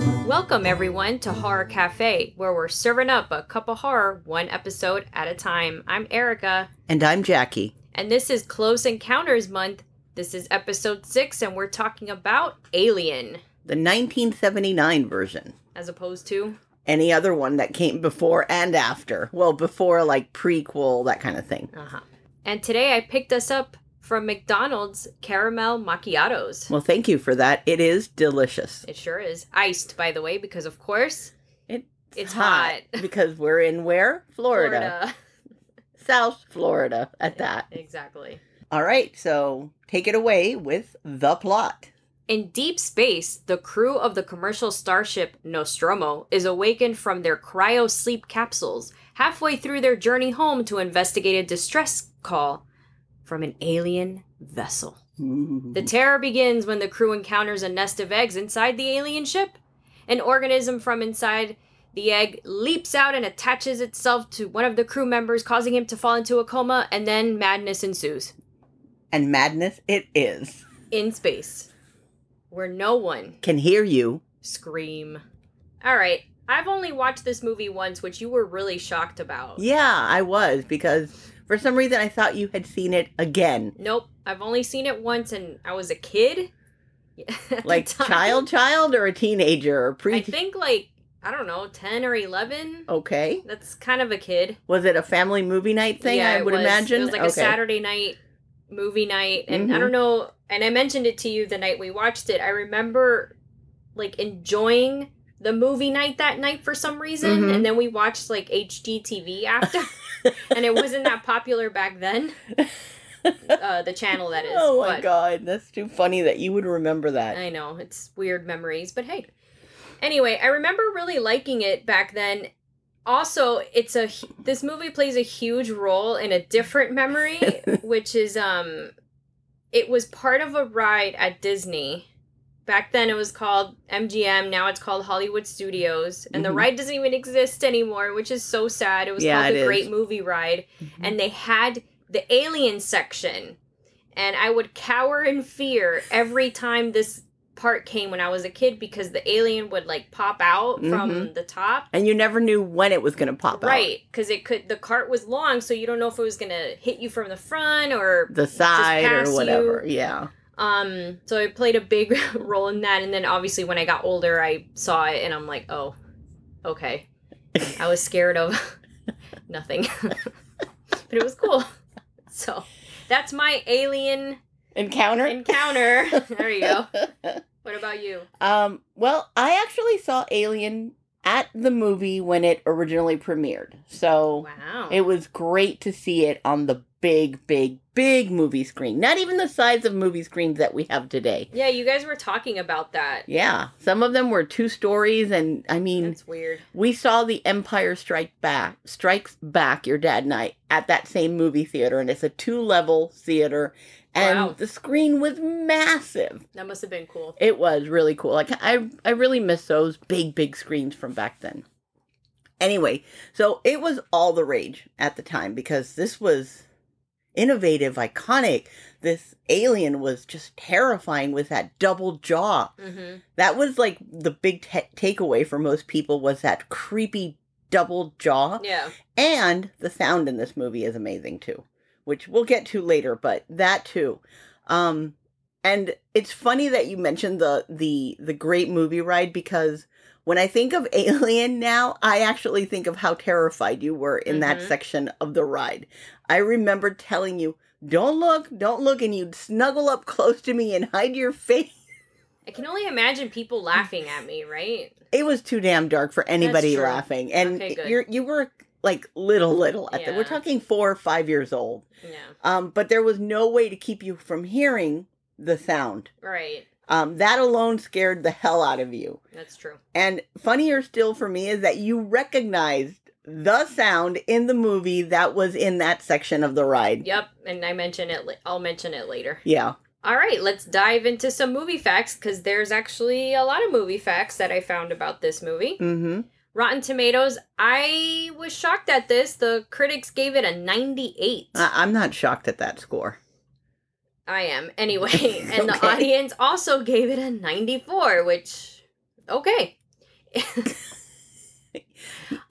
Welcome, everyone, to Horror Cafe, where we're serving up a cup of horror one episode at a time. I'm Erica, And I'm Jackie. and this is Close Encounters Month. This is episode six, and we're talking about Alien The 1979 version. as opposed to. Any other one that came before and after. Well, before like prequel, that kind of thing. Uh huh. And today I picked us up from McDonald's caramel macchiatos. Well, thank you for that. It is delicious. It sure is. Iced, by the way, because of course, It's hot. because we're in where? Florida. South Florida at that. Exactly. All right, so take it away with the plot. In deep space, the crew of the commercial starship Nostromo is awakened from their cryo sleep capsules halfway through their journey home to investigate a distress call from an alien vessel. The Mm-hmm. terror begins when the crew encounters a nest of eggs inside the alien ship. An organism from inside the egg leaps out and attaches itself to one of the crew members, causing him to fall into a coma, and then madness ensues and madness it is. in space where no one Can hear you. Scream. All right. I've only watched this movie once, which you were really shocked about. Yeah, I was because for some reason I thought you had seen it again. Nope. I've only seen it once and I was a kid. At the like time. child child or a teenager or pre I think like, I don't know, 10 or 11. Oh. okay That's kind of a kid. was it a family movie night thing i it would was. imagine It was like okay. a Saturday night movie night. And I Mhm. don't know. And I mentioned it to you the night we watched it. I remember like enjoying the movie night that night for some reason. Mhm. And then we watched like HGTV after. and it wasn't that popular back then. Uh, the channel that is. oh my but god that's too funny that you would remember that I know it's weird memories, but hey. Anyway, I remember really liking it back then. Also, it's a hu- this movie plays a huge role in a different memory, which is um, it was part of a ride at Disney. Back then, it was called MGM. Now it's called Hollywood Studios, and the Mhm. ride doesn't even exist anymore, which is so sad. It was Yeah, called it the is. Great Movie Ride Mm-hmm. Mm. and they had the alien section and i would cower in fear every time this part came when i was a kid because the alien would like pop out from Mhm. the top and you never knew when it was going to pop out right because it could the cart was long so you don't know if it was gonna hit you from the front or the side pass or whatever yeah um so it played a big role in that and then obviously when i got older i saw it and i'm like oh okay i was scared of nothing but it was cool so that's my alien encounter encounter. There you go. What about you? um well i actually saw alien at the movie when it originally premiered so Wow. Oh. It was great to see it on the big, big, big movie screen. Not even the size of movie screens that we have today. yeah, you guys were talking about that. Yeah, some of them were two stories, and I mean, That's weird. we saw The Empire Strike Back, Strikes Back, your dad and I, at that same movie theater, and it's a two-level theater, and Wow. the screen was massive. That must have been cool. It was really cool. Like I I really miss those big big screens from back then. Anyway, so it was all the rage at the time because this was innovative, iconic. This alien was just terrifying with that double jaw. Mm-hmm. That was like the big ta takeaway for most people was that creepy double jaw. Yeah. And the sound in this movie is amazing too, which we'll get to later, but that too. Um and it's funny that you mentioned the the the great movie ride because when I think of Alien now, I actually think of how terrified you were in that Mhm. section of the ride. I remember telling you, "Don't look, don't look," and you'd snuggle up close to me and hide your face. I can only imagine people laughing at me, right? It was too damn dark for anybody true. laughing, and Okay, good. you you were like little little at the, Yeah. we're talking four or five years old. Yeah. Um, but there was no way to keep you from hearing the sound. Right. Um, that alone scared the hell out of you. That's true. And funnier still for me is that you recognized the sound in the movie that was in that section of the ride. Yep. And I mention it. La- I'll mention it later. Yeah. All right. Let's dive into some movie facts because there's actually a lot of movie facts that I found about this movie. Mm-hmm. Rotten Tomatoes. I was shocked at this. The critics gave it a 98. I- I'm not shocked at that score. I am anyway, and the Okay. audience also gave it a 94, which okay.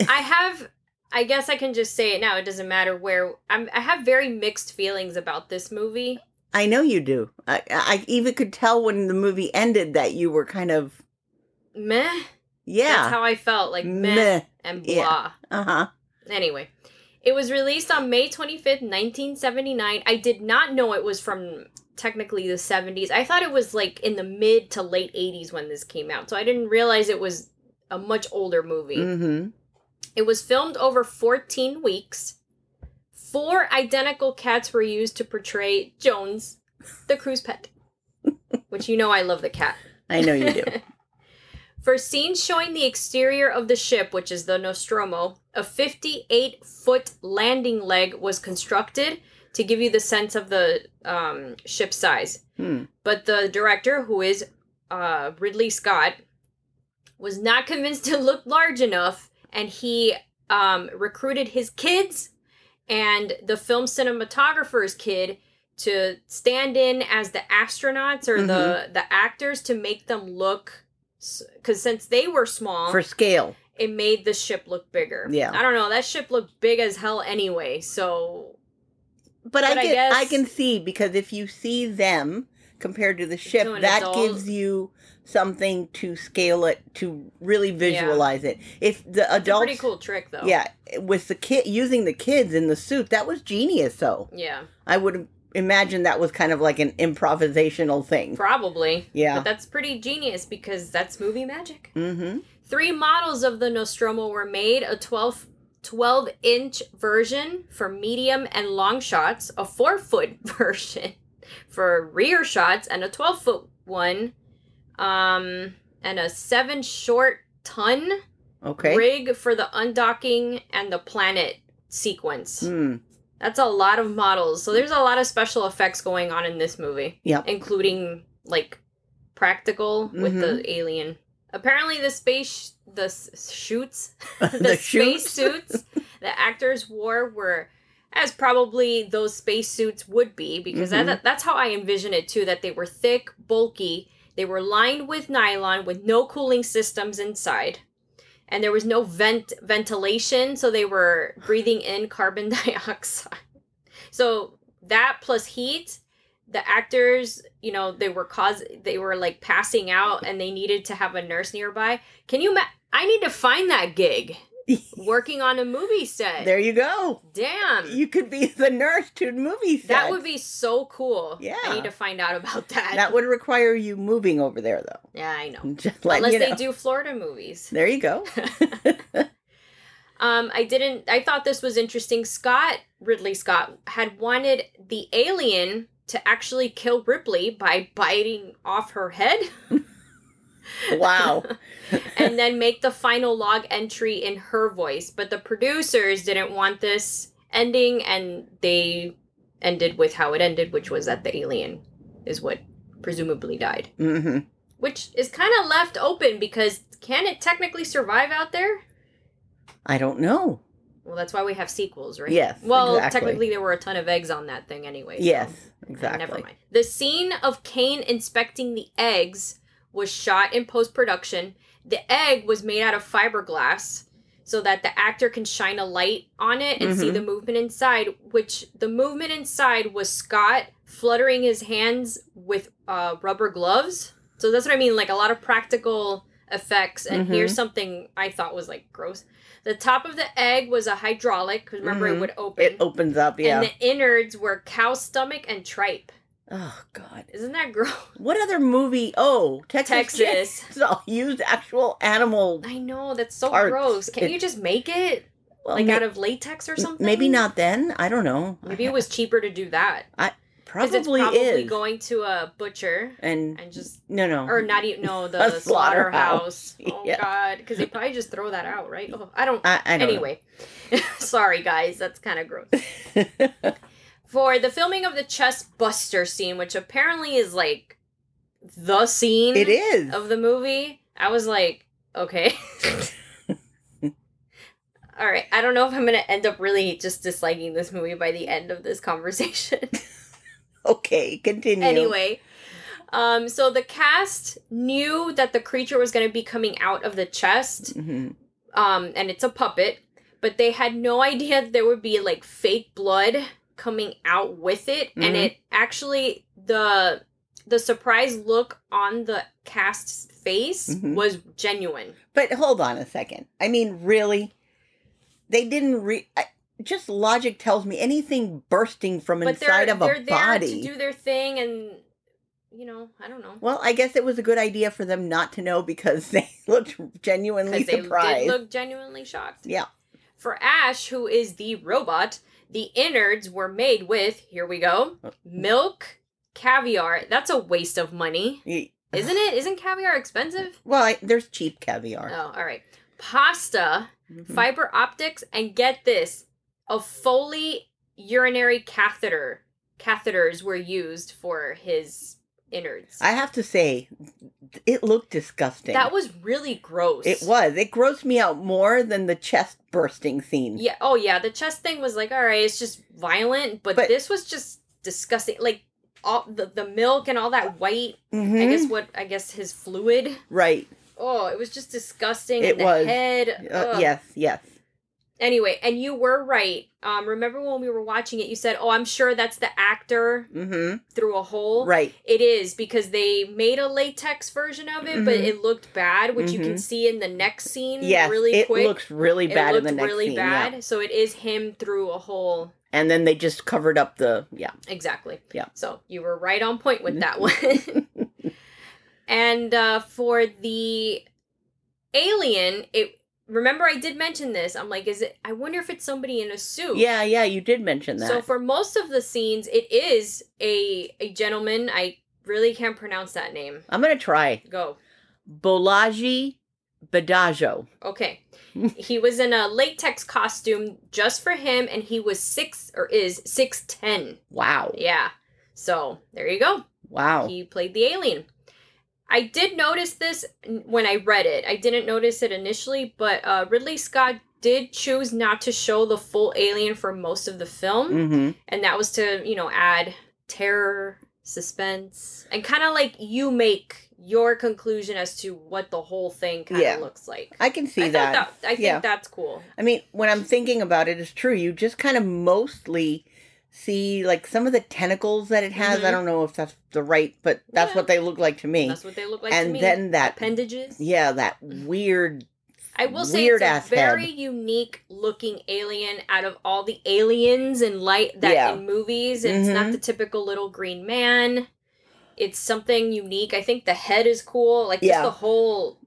I have I guess I can just say it now. It doesn't matter where I'm I have very mixed feelings about this movie. I know you do. I, I even could tell when the movie ended that you were kind of Meh. That's yeah how I felt, like meh, Meh. and blah. Yeah. uh huh Anyway, it was released on May 25th, 1979. I did not know it was from technically the 70s. I thought it was like in the mid to late 80s when this came out. So I didn't realize it was a much older movie. mm-hmm It was filmed over 14 weeks. Four identical cats were used to portray Jones, the cruise pet, which you know I love the cat. I know you do For scenes showing the exterior of the ship, which is the Nostromo, a 58 foot landing leg was constructed to give you the sense of the um, ship size. hmm. But the director, who is uh, Ridley Scott, was not convinced it looked large enough, and he um, recruited his kids and the film cinematographer's kid to stand in as the astronauts or Mm-hmm. the the actors to make them look because since they were small for scale it made the ship look bigger Yeah. i don't know that ship looked big as hell anyway so but, I, But I can, guess- I can see because if you see them compared to the ship, To an that adult. gives you something to scale it to really visualize it. If the it's a adults, pretty cool trick though yeah, with the kid using the kids in the suit, that was genius. Though yeah I would imagine that was kind of like an improvisational thing. probably Yeah. But that's pretty genius because that's movie magic. Mm-hmm. Three models of the Nostromo were made a 12, 12 inch version for medium and long shots, a 4 foot version for rear shots, and a 12 foot one, um, and a 7 short ton Okay. rig for the undocking and the planet sequence. Mm. That's a lot of models. So there's a lot of special effects going on in this movie. Yep. Including like practical with the alien. Apparently the space the s- shoots, the, space suits the actors wore were as probably those space suits would be because Mhm. that, that's how I envision it too that they were thick, bulky, they were lined with nylon with no cooling systems inside. And there was no vent ventilation, so they were breathing in carbon dioxide. So that plus heat, the actors, you know, they were cause they were like passing out and they needed to have a nurse nearby. Can you ma- I need to find that gig working on a movie set. there you go. Damn. You could be the nurse to movie set. Um, that would be so cool. Yeah. I need to find out about that. That would require you moving over there, though. yeah, I know. Just like Unless you know. they do Florida movies. There you go. Um, I didn't. I thought this was interesting. Scott Ridley Scott had wanted the alien to actually kill Ripley by biting off her head, Wow. and then make the final log entry in her voice. But the producers didn't want this ending, and they ended with how it ended, which was that the alien is what presumably died, hmm which is kind of left open because can it technically survive out there? I don't know. Well, that's why we have sequels, right? Yes, Well, exactly. technically, there were a ton of eggs on that thing anyway. so- Yes, Uh, exactly. Never mind. The scene of Kane inspecting the eggs was shot in post production. The egg was made out of fiberglass so that the actor can shine a light on it and see Mhm. the movement inside, which the movement inside was Scott fluttering his hands with uh, rubber gloves. So that's what I mean, like a lot of practical effects. And Mhm. here's something I thought was like gross. The top of the egg was a hydraulic, because remember Mhm. it would open. It opens up, yeah. And the innards were cow stomach and tripe. oh God. Isn't that gross? What other movie? Oh, Texas. Texas. So used actual animal. I know that's so Parts. gross. Can't It- you just make it Well, like may- out of latex or something? maybe not then. I don't know. Maybe it was cheaper to do that because probably, it's probably is. going to a butcher and and just no, no. or not even no the A slaughterhouse. slaughterhouse. Oh Yeah. god, because they probably just throw that out, right? Oh, I don't. I, I don't anyway, sorry guys, that's kind of gross. know. For the filming of the chest buster scene, which apparently is like the scene. it is. of the movie, I was like, okay. All right, I don't know if I'm going to end up really just disliking this movie by the end of this conversation. okay, continue. anyway, Um, so the cast knew that the creature was going to be coming out of the chest, hmm um, and it's a puppet, but they had no idea that there would be like fake blood coming out with it, and Mhm. it actually the the surprise look on the cast's face Mhm. was genuine. But hold on a second. I mean, really? They didn't re. I, just logic tells me anything bursting from but inside they're of they're a there body. to do their thing, and you know, I don't know. well, I guess it was a good idea for them not to know because they looked genuinely because they surprised. did look genuinely shocked. Yeah. For Ash, who is the robot, the innards were made with, here we go, Uh, milk, caviar. That's a waste of money, Y- isn't it? Isn't caviar expensive? well, I, there's cheap caviar. Oh, all right. Pasta, Mhm. fiber optics, and get this, a Foley urinary catheter. Catheters were used for his innards. I have to say, it looked disgusting. that was really gross. it was. It grossed me out more than the chest bursting scene. Yeah. Oh, yeah. The chest thing was like, all right, it's just violent, but, But- this was just disgusting. Like all the the milk and all that white. Mhm. I guess what I guess his fluid. Right. Oh, it was just disgusting. It and the was. Head. Uh, ugh. yes. Yes. Anyway, and you were right. Um, remember when we were watching it, you said, "Oh, I'm sure that's the actor hmm through a hole." Right. It is because they made a latex version of it, but Mhm. it looked bad, which you can Mhm. see in the next scene. Yes. really it quick. looks really bad it in looked the next really scene. yeah. bad. So it is him through a hole. and then they just covered up the yeah Exactly. Yeah. Mm-hmm. So you were right on point with that one. and uh, for the alien, it remember I did mention this. I'm like, is it? I wonder if it's somebody in a suit. yeah yeah you did mention that So for most of the scenes, it is a a gentleman. I really can't pronounce that name. i'm gonna try Go. bolaji badajo Okay. he was in a latex costume just for him, and he was six or is six ten. wow Yeah. So there you go. wow He played the alien. I did notice this n- when I read it. I didn't notice it initially, but uh, Ridley Scott did choose not to show the full alien for most of the film, mm-hmm. and that was to you know add terror, suspense, and kind of like you make your conclusion as to what the whole thing kind of Yeah. looks like. i can see I thought that. I think Yeah. that's cool. i mean when i'm thinking about it it's true you just kind of mostly see like some of the tentacles that it has Mhm. i don't know if that's the right but that's Yeah. what they look like to me That's what they look like to and me. then that appendages. yeah that weird I will say weird it's a ass very head. unique looking alien out of all the aliens in light that Yeah. in movies. It's not Mhm. the typical little green man. It's something unique. I think the head is cool. Like just Yeah. the whole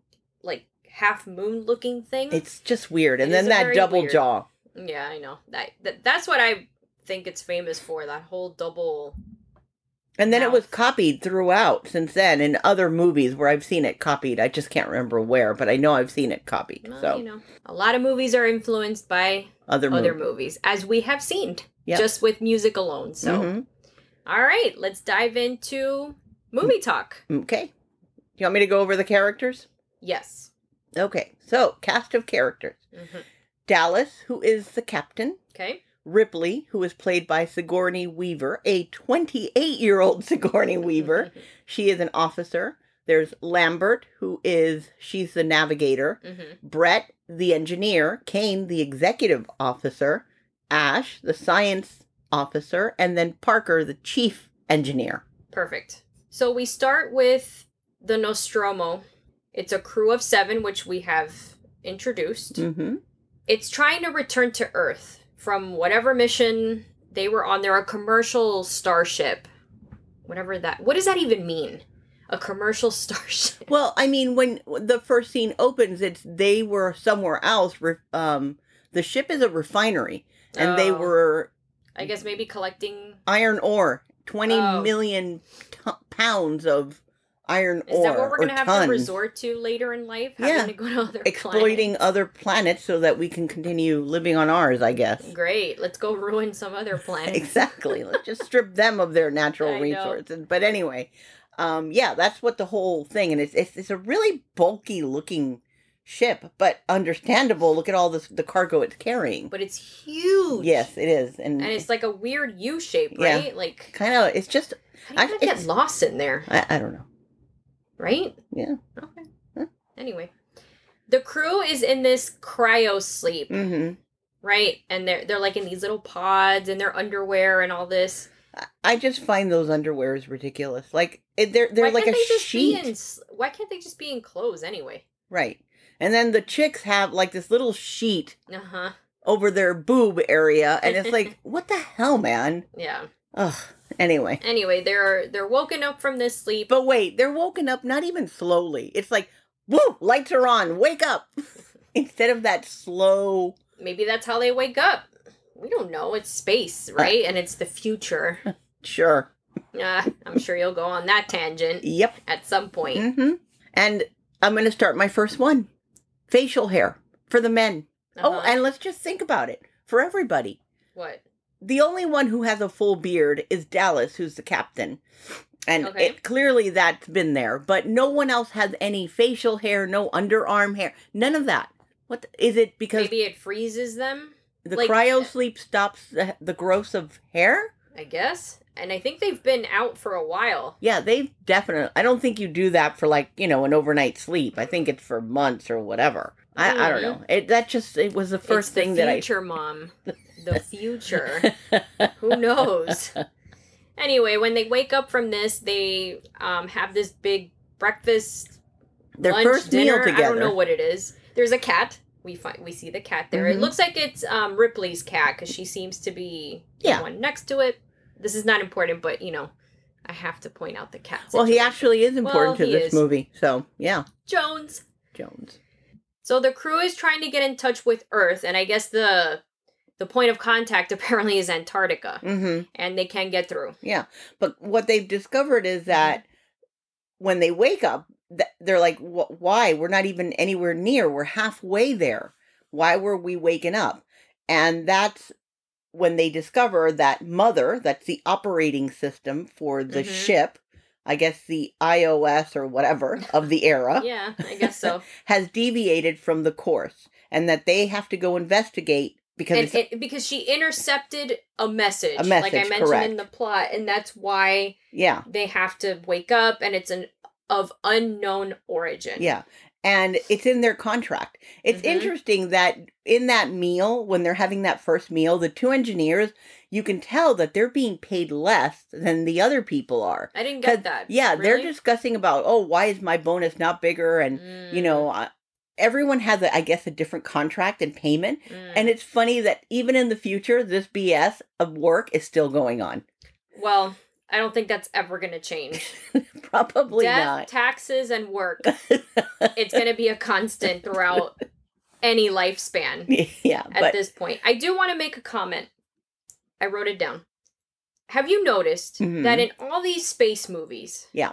like half moon looking thing. it's just weird and It is then a that very double weird- jaw yeah, I know. That, that that's what I think it's famous for, that whole double And then it was mouth. copied throughout since then in other movies where I've seen it copied. I just can't remember where, but I know I've seen it copied. well, so you know. A lot of movies are influenced by other other movies. movies, as we have seen. Yeah. Just with music alone. So Mm-hmm. All right, let's dive into movie talk. Mhm. okay. You want me to go over the characters? Yes. Okay. So cast of characters: Mhm. Dallas, who is the captain; Okay. Ripley, who is played by Sigourney Weaver, a 28-year-old Sigourney Weaver. She is an officer. There's Lambert, who is she's the navigator. hmm Brett, the engineer, Kane, the executive officer, Ash, the science officer, and then Parker, the chief engineer. Perfect. So we start with the Nostromo. It's a crew of seven, which we have introduced. hmm It's trying to return to Earth from whatever mission they were on. They're a commercial starship. Whatever that. What does that even mean? A commercial starship. Well, I mean, when the first scene opens, it's they were somewhere else. Re- um, the ship is a refinery, and they Oh, were I guess maybe collecting. iron ore, twenty Oh. million t- pounds of iron Is ore that what we're or gonna have tons, to resort to later in life? Yeah. Having to go to other planets? exploiting other planets so that we can continue living on ours. I guess. Great. Let's go ruin some other planet. exactly. Let's just strip them of their I natural know. resources. But anyway, um, yeah, that's what the whole thing. And it's it's, it's a really bulky looking ship, but understandable. Look at all this the cargo it's carrying. but it's huge. Yes, it is, and, And it's like a weird U shape, Yeah. right? Like kind of it's just How do you Actually, not get it's- lost in there, I, I don't know. right? Yeah. Okay. Huh? Anyway, the crew is in this cryo sleep, Mm-hmm. right? And they're they're like in these little pods in their underwear and all this. I just find those underwears ridiculous. Like it, they're they're why like can't a they just sheet, be in? s- Why can't they just be in clothes anyway? right? And then the chicks have like this little sheet Uh huh. over their boob area, and it's like, what the hell, man? Yeah. Ugh. Anyway, Anyway, they're they're woken up from this sleep. but wait, they're woken up not even slowly. It's like, woo, lights are on, wake up. Instead of that slow, Maybe that's how they wake up. We don't know. It's Uh, space, right? And it's the future. sure, Ah, I'm sure you'll go on that tangent yep, at some point. mm-hmm. And I'm gonna start my first one: facial hair for the men. Oh, Uh-huh. and let's just think about it for everybody. what? the only one who has a full beard is Dallas, who's the captain. And Okay. it clearly that's been there, but no one else has any facial hair, no underarm hair, none of that. What the, is it because Maybe it freezes them. the like- uh, cryo sleep stops the, the growth of hair? I guess. And I think they've been out for a while. Yeah, they definitely. I don't think you do that for like you know an overnight sleep. I think it's for months or whatever. I, I don't know. It that just it was the Mm. first It's thing the that I future, mom. The future. Who knows? Anyway, when they wake up from this, they um, have this big breakfast, their lunch, first dinner. meal together. I don't know what it is. There's a cat. We find we see the cat there. It Mhm. looks like it's um, Ripley's cat because she seems to be Yeah. the one next to it. This is not important, but you know, I have to point out the cat. well, he situation. actually is Well, important to he this is. movie. So yeah, Jones. Jones. So the crew is trying to get in touch with Earth, and I guess the the point of contact apparently is Antarctica, hmm and they can get through. But what they've discovered is that when they wake up, th- they're like, "Wh- "Why? We're not even anywhere near. We're halfway there. Why were we waking up?" And that's when they discover that Mother, that's the operating system for the Mhm. ship, I guess the iOS or whatever of the era, Yeah, I guess so. has deviated from the course, and that they have to go investigate because and it's it, because she intercepted a message, A like I message, mentioned in the plot, and that's why yeah, they have to wake up, and it's an of unknown origin. Yeah. And it's in their contract. It's Mhm. interesting that in that meal, when they're having that first meal, the two engineers, you can tell that they're being paid less than the other people are. I didn't 'Cause, get that. Yeah, they're Really? discussing about, oh, why is my bonus not bigger? And, Mm, Mm-hmm. you know, uh, everyone has, a, I guess, a different contract and payment. Mm, mm. And it's funny that even in the future, this BS of work is still going on. well, I don't think that's ever gonna change. Probably Death, not. taxes, and work. it's gonna be a constant throughout any lifespan. yeah, at but this point. I do want to make a comment. I wrote it down. Have you noticed Mhm. that in all these space movies? Yeah.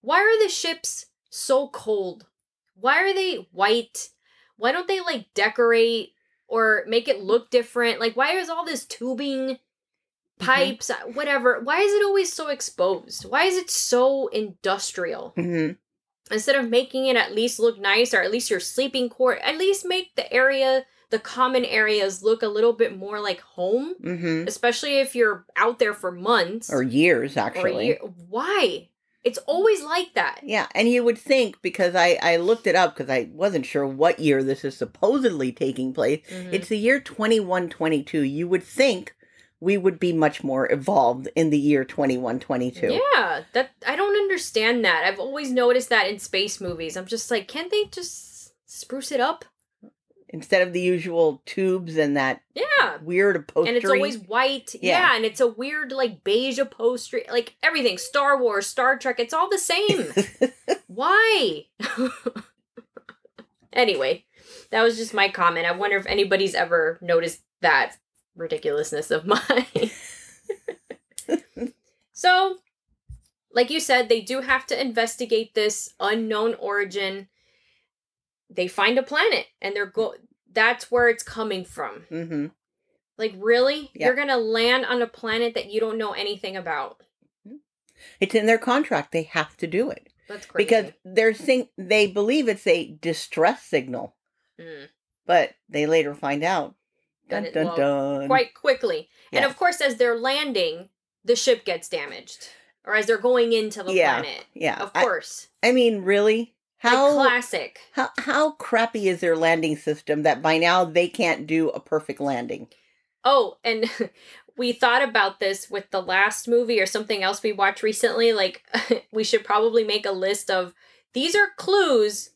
Why are the ships so cold? Why are they white? Why don't they like decorate or make it look different? Like why is all this tubing, Mm-hmm. pipes, uh, whatever? Why is it always so exposed? Why is it so industrial? Mhm. instead of making it at least look nice or at least your sleeping quarters, at least make the area, the common areas look a little bit more like home, Mhm. especially if you're out there for months or years or a actually. year. Why? It's always like that. Yeah, and you would think because I I looked it up because I wasn't sure what year this is supposedly taking place. Mm. It's the year 2122. You would think we would be much more evolved in the year 2122. Yeah, that I don't understand that. I've always noticed that in space movies. I'm just like, can't they just spruce it up? Instead of the usual tubes and that Yeah. weird upholstery. And it's always white. Yeah. yeah, and it's a weird like beige upholstery, like everything, Star Wars, Star Trek, it's all the same. Why? anyway, that was just my comment. I wonder if anybody's ever noticed that ridiculousness of mine. so, like you said, they do have to investigate this unknown origin. They find a planet and they're go that's where it's coming from. hmm Like really? Yeah. You're going to land on a planet that you don't know anything about. It's in their contract. They have to do it That's crazy. because they're sing- they believe it's a distress signal, Mm. but they later find out. That Dun it- dun well, dun. quite quickly. And Yeah. of course, as they're landing, the ship gets damaged or as they're going into the Yeah. planet. Yeah. Of I- course. I, mean, really? How like classic. how how crappy is their landing system that by now they can't do a perfect landing? Oh, and we thought about this with the last movie or something else we watched recently. Like, we should probably make a list of these are clues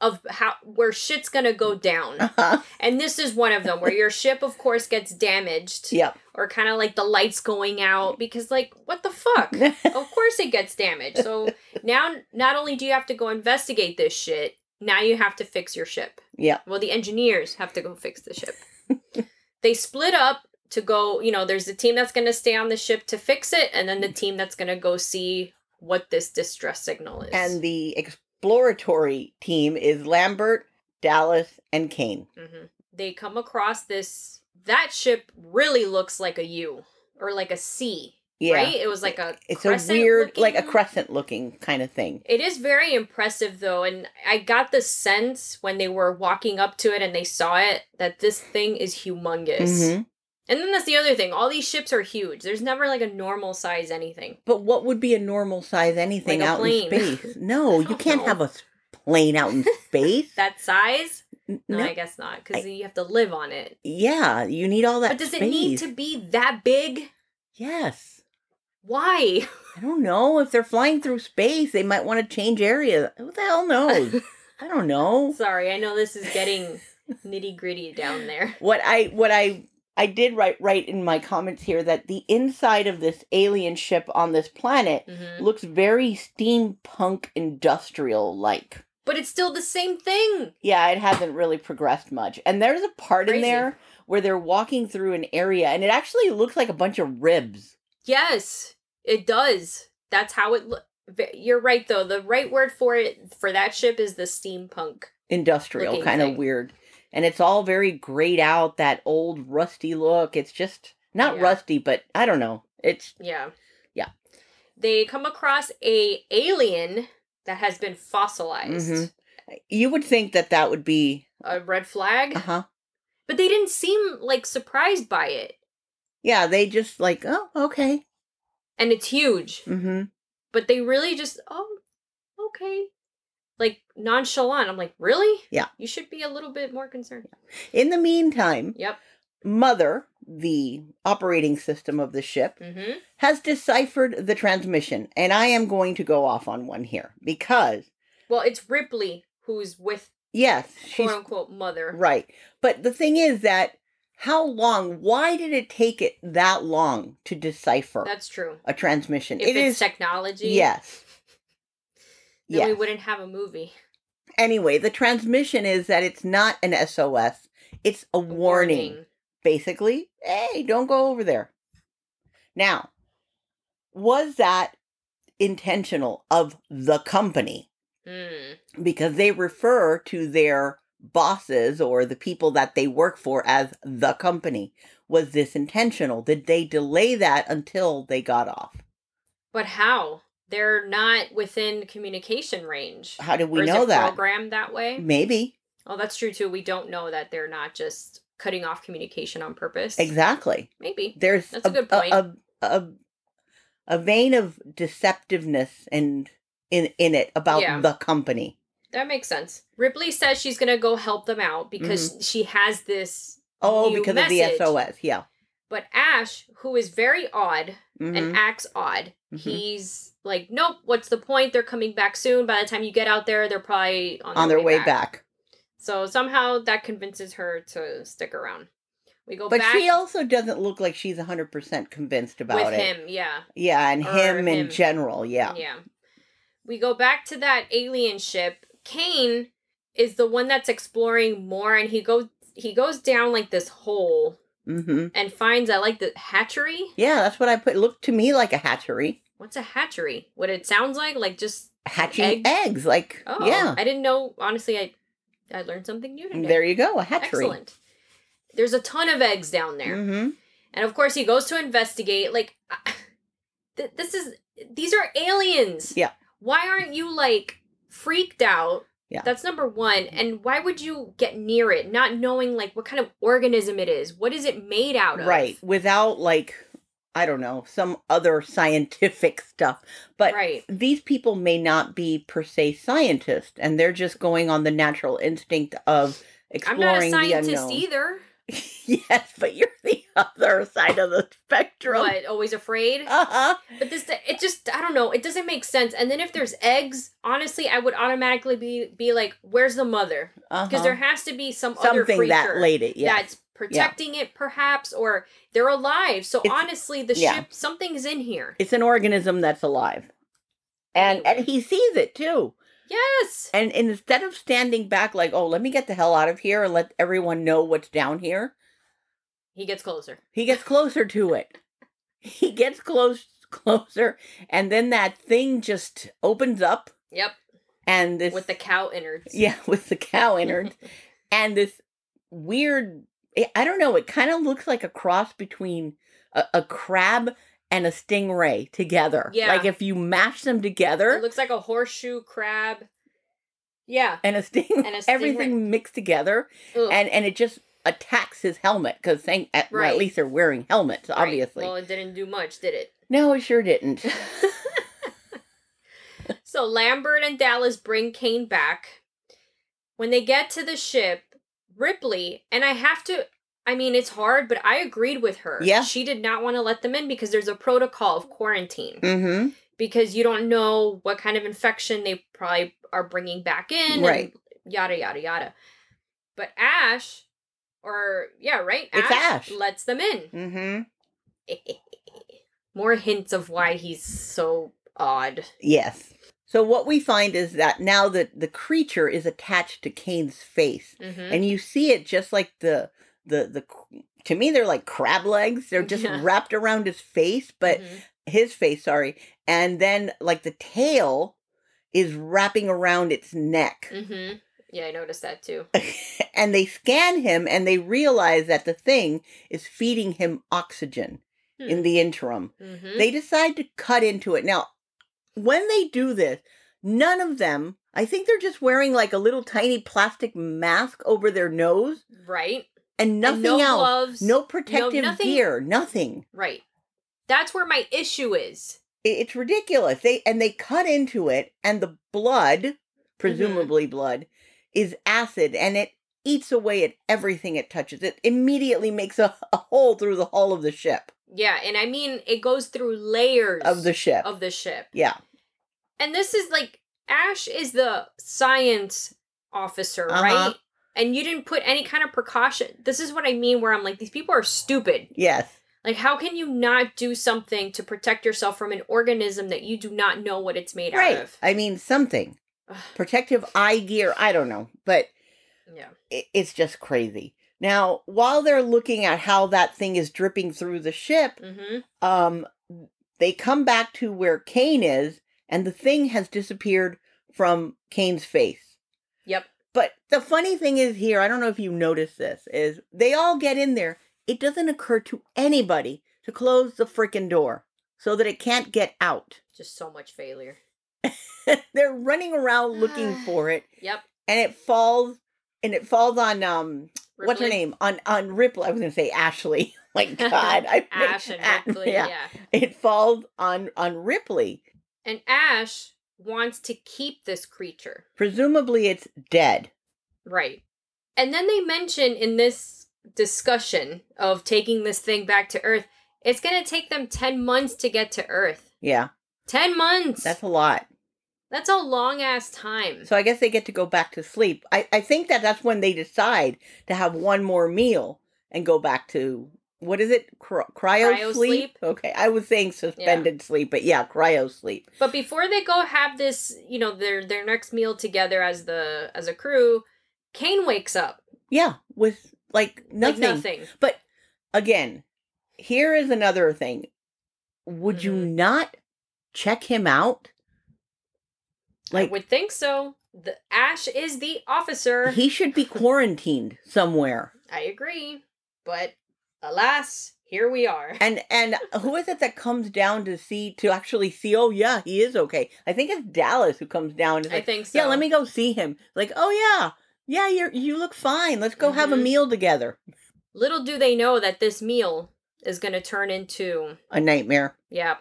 of how where shit's gonna go down. Uh-huh. And this is one of them where your ship, of course, gets damaged Yep. or kind of like the lights going out because, like, what the fuck? of course it gets damaged. So now, not only do you have to go investigate this shit, now you have to fix your ship. Yeah. Well, the engineers have to go fix the ship. they split up to go, you know, there's the team that's going to stay on the ship to fix it, and then the Mm-hmm. team that's going to go see what this distress signal is. And the exploratory team is Lambert, Dallas, and Kane. Mhm. they come across this. That ship really looks like a U or like a C, Yeah. right? It was like a It's a crescent weird like a looking- crescent looking kind of thing. It is very impressive though, and I got the sense when they were walking up to it and they saw it that this thing is humongous. Mhm. And then that's the other thing. All these ships are huge. There's never like a normal size anything. But what would be a normal size anything Like a out plane. in space? No, you can't No. have a s- plane out in space. That size? N- No, no. I guess not, because I- you have to live on it. Yeah, you need all that. But does it need space. to be that big? Yes. Why? I don't know. If they're flying through space, they might want to change area. Who the hell knows? I don't know. Sorry, I know this is getting nitty gritty down there. What I what I I did write write in my comments here that the inside of this alien ship on this planet hmm looks very steampunk industrial like. But it's still the same thing. Yeah, it hasn't really progressed much. And there's a part in Crazy. there where they're walking through an area and it actually looks like a bunch of ribs. Yes, it does. That's how it look. You're right though. The right word for it for that ship is the steampunk. Industrial, Looking kind of thing. weird. And it's all very grayed out, that old rusty look. It's just not Yeah. rusty, but I don't know. It's Yeah. Yeah. They come across a alien that has Mm-hmm. been fossilized. Mhm. you would think that that would be A red flag. uh-huh. But they didn't seem like surprised by it. Yeah, they just like, "Oh, okay." And it's huge. Mhm. But they really just, oh, okay. Like nonchalant. I'm like, really? Yeah. You should be a little bit more concerned. In the meantime, Yep. Mother, the operating system of the ship, Mm-hmm. has deciphered the transmission, and I am going to go off on one here because Well, it's Ripley who's with yes, she's quote unquote mother. right. But the thing is that how long? Why did it take it that long to decipher That's true. a transmission? If it it's is technology, yes, then we yes. wouldn't have a movie. Anyway, the transmission is that it's not an SOS; it's a warning. basically, hey, don't go over there. Now, was that intentional of the company? Mm. because they refer to their bosses or the people that they work for as the company. Was this intentional? Did they delay that until they got off? But how? They're not within communication range. How do Or we is know it that? Mm. Programmed that way. Maybe. Oh, that's true too. We don't know that they're not just cutting off communication on purpose. Exactly. Maybe. There's That's a good point. A, a, a vein of deceptiveness and in in it about Yeah. the company. That makes sense. Ripley says she's gonna go help them out because Mm-hmm. she has this. Oh, new because message. of the SOS. Yeah. But Ash, who is very odd, Mhm. and acts odd. Mhm. He's like, nope, what's the point? They're coming back soon. By the time you get out there, they're probably on, On their way back. So somehow that convinces her to stick around. We go But back she also doesn't look like she's 100% convinced about with it. him. Yeah. Yeah, and Or him, him. in general. Yeah. yeah. We go back to that alien ship. Kane is the one that's exploring more and he goes he goes down like this hole hmm and finds I like the hatchery. Yeah, that's what I put. It looked to me like a hatchery, What's a hatchery? What it sounds like? Like just Egg? hatching eggs. Like, oh yeah, I didn't know honestly I I learned something new today. there you go, a hatchery. Excellent. There's a ton of eggs down there. hmm And of course, he goes to investigate. Like, I- th- this is, these are aliens. Yeah. Why aren't you, like, freaked out? Yeah. That's number one. And why would you get near it, not knowing, like, what kind of organism it is? What is it made out of? Right, without like I don't know, some other scientific stuff. But right. these people may not be per se scientists and they're just going on the natural instinct of I'm exploring not a the scientist unknown. either. yes, but you're the other side of the spectrum. What? Always afraid? Uh-huh. But this, it just, I don't know. It doesn't make sense. And then if there's eggs, honestly, I would automatically be be like, "Where's the mother?" Because uh-huh. there has to be some other something creature that late it, yeah. that's protecting it, perhaps, or they're alive. So It's- honestly, the yeah. ship, something's in here. It's an organism that's alive. And and he sees it too. Yes. And and instead of standing back like, oh, let me get the hell out of here and let everyone know what's down here, He gets closer. he gets closer to it. He gets close closer and then that thing just opens up Yep. and this With the cow innards. Yeah, with the cow innards and this weird I- I don't know, it kind of looks like a cross between a, a crab and a stingray together. Yeah. Like if you mash them together It looks like a horseshoe crab. Yeah. and a sting And a stingray. everything mixed together Ugh. and and it just attacks his helmet because thank at, well, Right. at least they're wearing helmets Right. obviously Well, it didn't do much, did it? no it sure didn't So Lambert and Dallas bring Kane back. When they get to the ship, Ripley, and I have to I mean it's hard, but I agreed with her. Yeah. She did not want to let them in because there's a protocol of quarantine. mm-hmm Because you don't know what kind of infection they probably are bringing back in and Right. yada yada yada. But Ash or yeah, right? It's Ash. lets them in. mm-hmm More hints of why he's so odd. yes so what we find is that now that the creature is attached to Kane's face Mhm. and you see it just like the the the to me they're like crab legs they're just Yeah. wrapped around his face but Mhm. his face sorry and then like the tail is wrapping around its neck Mm-hmm. Yeah, I noticed that too. Eh, and they scan him and they realize that the thing is feeding him oxygen Hmm. in the interim. Mm-hmm. They decide to cut into it. Now, when they do this, none of them, I think they're just wearing like a little tiny plastic mask over their nose right. and And nothing no else. Gloves. no protective nothing. gear, nothing. Right. That's where my issue is. I- It's ridiculous. They and they cut into it and the blood, Mm-hmm. presumably blood, is acid and it eats away at everything it touches. It immediately makes a, a hole through the hull of the ship. Yeah, and I mean it goes through layers Of the ship. of the ship. yeah. And this is like Ash is the science officer, Uh-huh. right? And you didn't put any kind of precaution. This is what I mean where I'm like these people are stupid. Yes. Like how can you not do something to protect yourself from an organism that you do not know what it's made out Right. of? I mean something. Ugh. Protective eye gear, I don't know, but Yeah. i- it's just crazy. Now, while they're looking at how that thing is dripping through the ship, Mhm. um they come back to where Kane is and the thing has disappeared from Kane's face. Yep. But the funny thing is here, I don't know if you noticed this, is they all get in there. It doesn't occur to anybody to close the freaking door so that it can't get out. Just so much failure. they're running around looking for it Yep. and it falls and it falls on um what's her Ripley. name on on Ripley. I was gonna say Ashley. My God, I Ash and Ah, Ripley, yeah. yeah. It falls on on Ripley. And Ash wants to keep this creature. Presumably, it's dead. Right. And then they mention in this discussion of taking this thing back to Earth, it's going to take them 10 months to get to Earth. Yeah, 10 months. that's That's, a lot. a long ass time. So I guess they get to go back to sleep. I I think that that's when they decide to have one more meal and go back to what is it? Cry- cryo, Cryo sleep? sleep. Okay, I was saying suspended sleep, but yeah, cryo sleep. But before they go have this, you know, their their next meal together as the as a crew, Kane wakes up. Yeah, with like nothing. Like nothing. But again, here is another thing. Would you Mhm. not check him out? I Like would think so. The Ash is the officer. he should be quarantined somewhere. I agree, but alas, here we are. And and who is it that comes down to see to actually see? Oh yeah, he is okay. I think it's Dallas who comes down. And is I like, think so. yeah, let me go see him. Like oh yeah, yeah, you you look fine. Let's go have a Mhm. meal together. Little do they know that this meal is going to turn into A nightmare. yeah.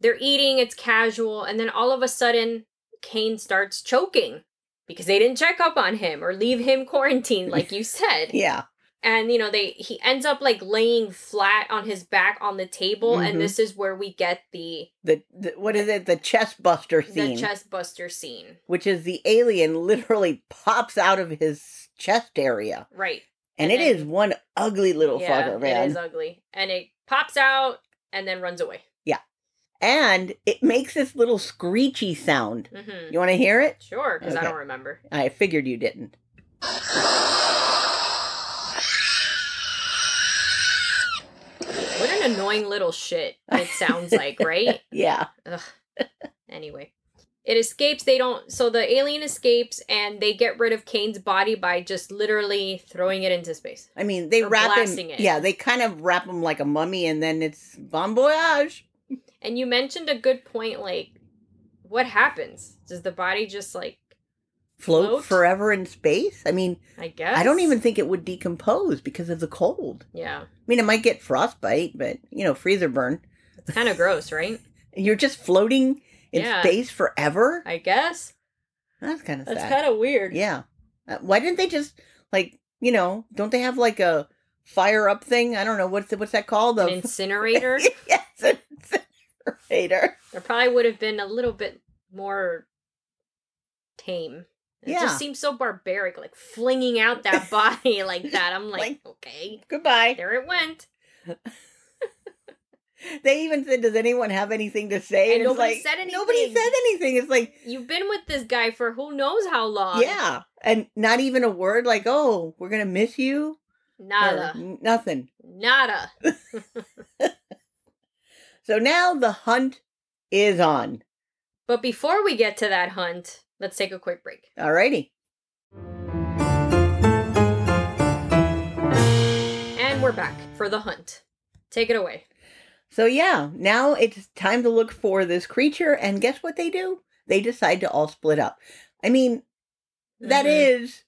They're eating, it's casual, and then all of a sudden Kane starts choking because they didn't check up on him or leave him quarantined like you said. Yeah. and you know they he ends up like laying flat on his back on the table Mhm. and this is where we get the The, the what is it? The chest buster the scene, chest buster scene which is the alien literally pops out of his chest area, right and, And it is then- one ugly little yeah fucker, it man. is ugly and it pops out and then runs away and it makes this little screechy sound. hmm You want to hear it? sure because i Okay. don't remember I figured you didn't. what an annoying little shit it sounds like right Yeah. anyway it escapes they don't so the alien escapes and they get rid of kane's body by just literally throwing it into space I mean, they Or wrap him. blasting it. Yeah, they kind of wrap him like a mummy, and then it's bon voyage. And you mentioned a good point, like, what happens? Does the body just like Float, Float? forever in space. I mean, I guess I don't even think it would decompose because of the cold. Yeah. I mean, it might get frostbite, but you know, freezer burn. It's kinda gross, right? You're just floating in Yeah. space forever. I guess. That's kind of sad. That's kinda weird. yeah. Uh, Why didn't they just like you know? Don't they have like a fire up thing? I don't know what's what's that called? An A- incinerator. yes, an incinerator. there probably would have been a little bit more tame. It Yeah. just seems so barbaric, like flinging out that body like that. I'm like, okay, Goodbye. there it went. They even said, "Does anyone have anything to say?" And it's nobody like, said Nobody anything. said anything. It's like, You've been with this guy for who knows how long. yeah, and not even a word. Like, oh, we're gonna miss you. or Nada. n- nothing. Nada. So now the hunt is on. But before we get to that hunt, let's take a quick break. Alrighty. And we're back for the hunt. Take it away. So yeah, now it's time to look for this creature, and guess what they do? They decide to all split up. I mean, that Mhm. is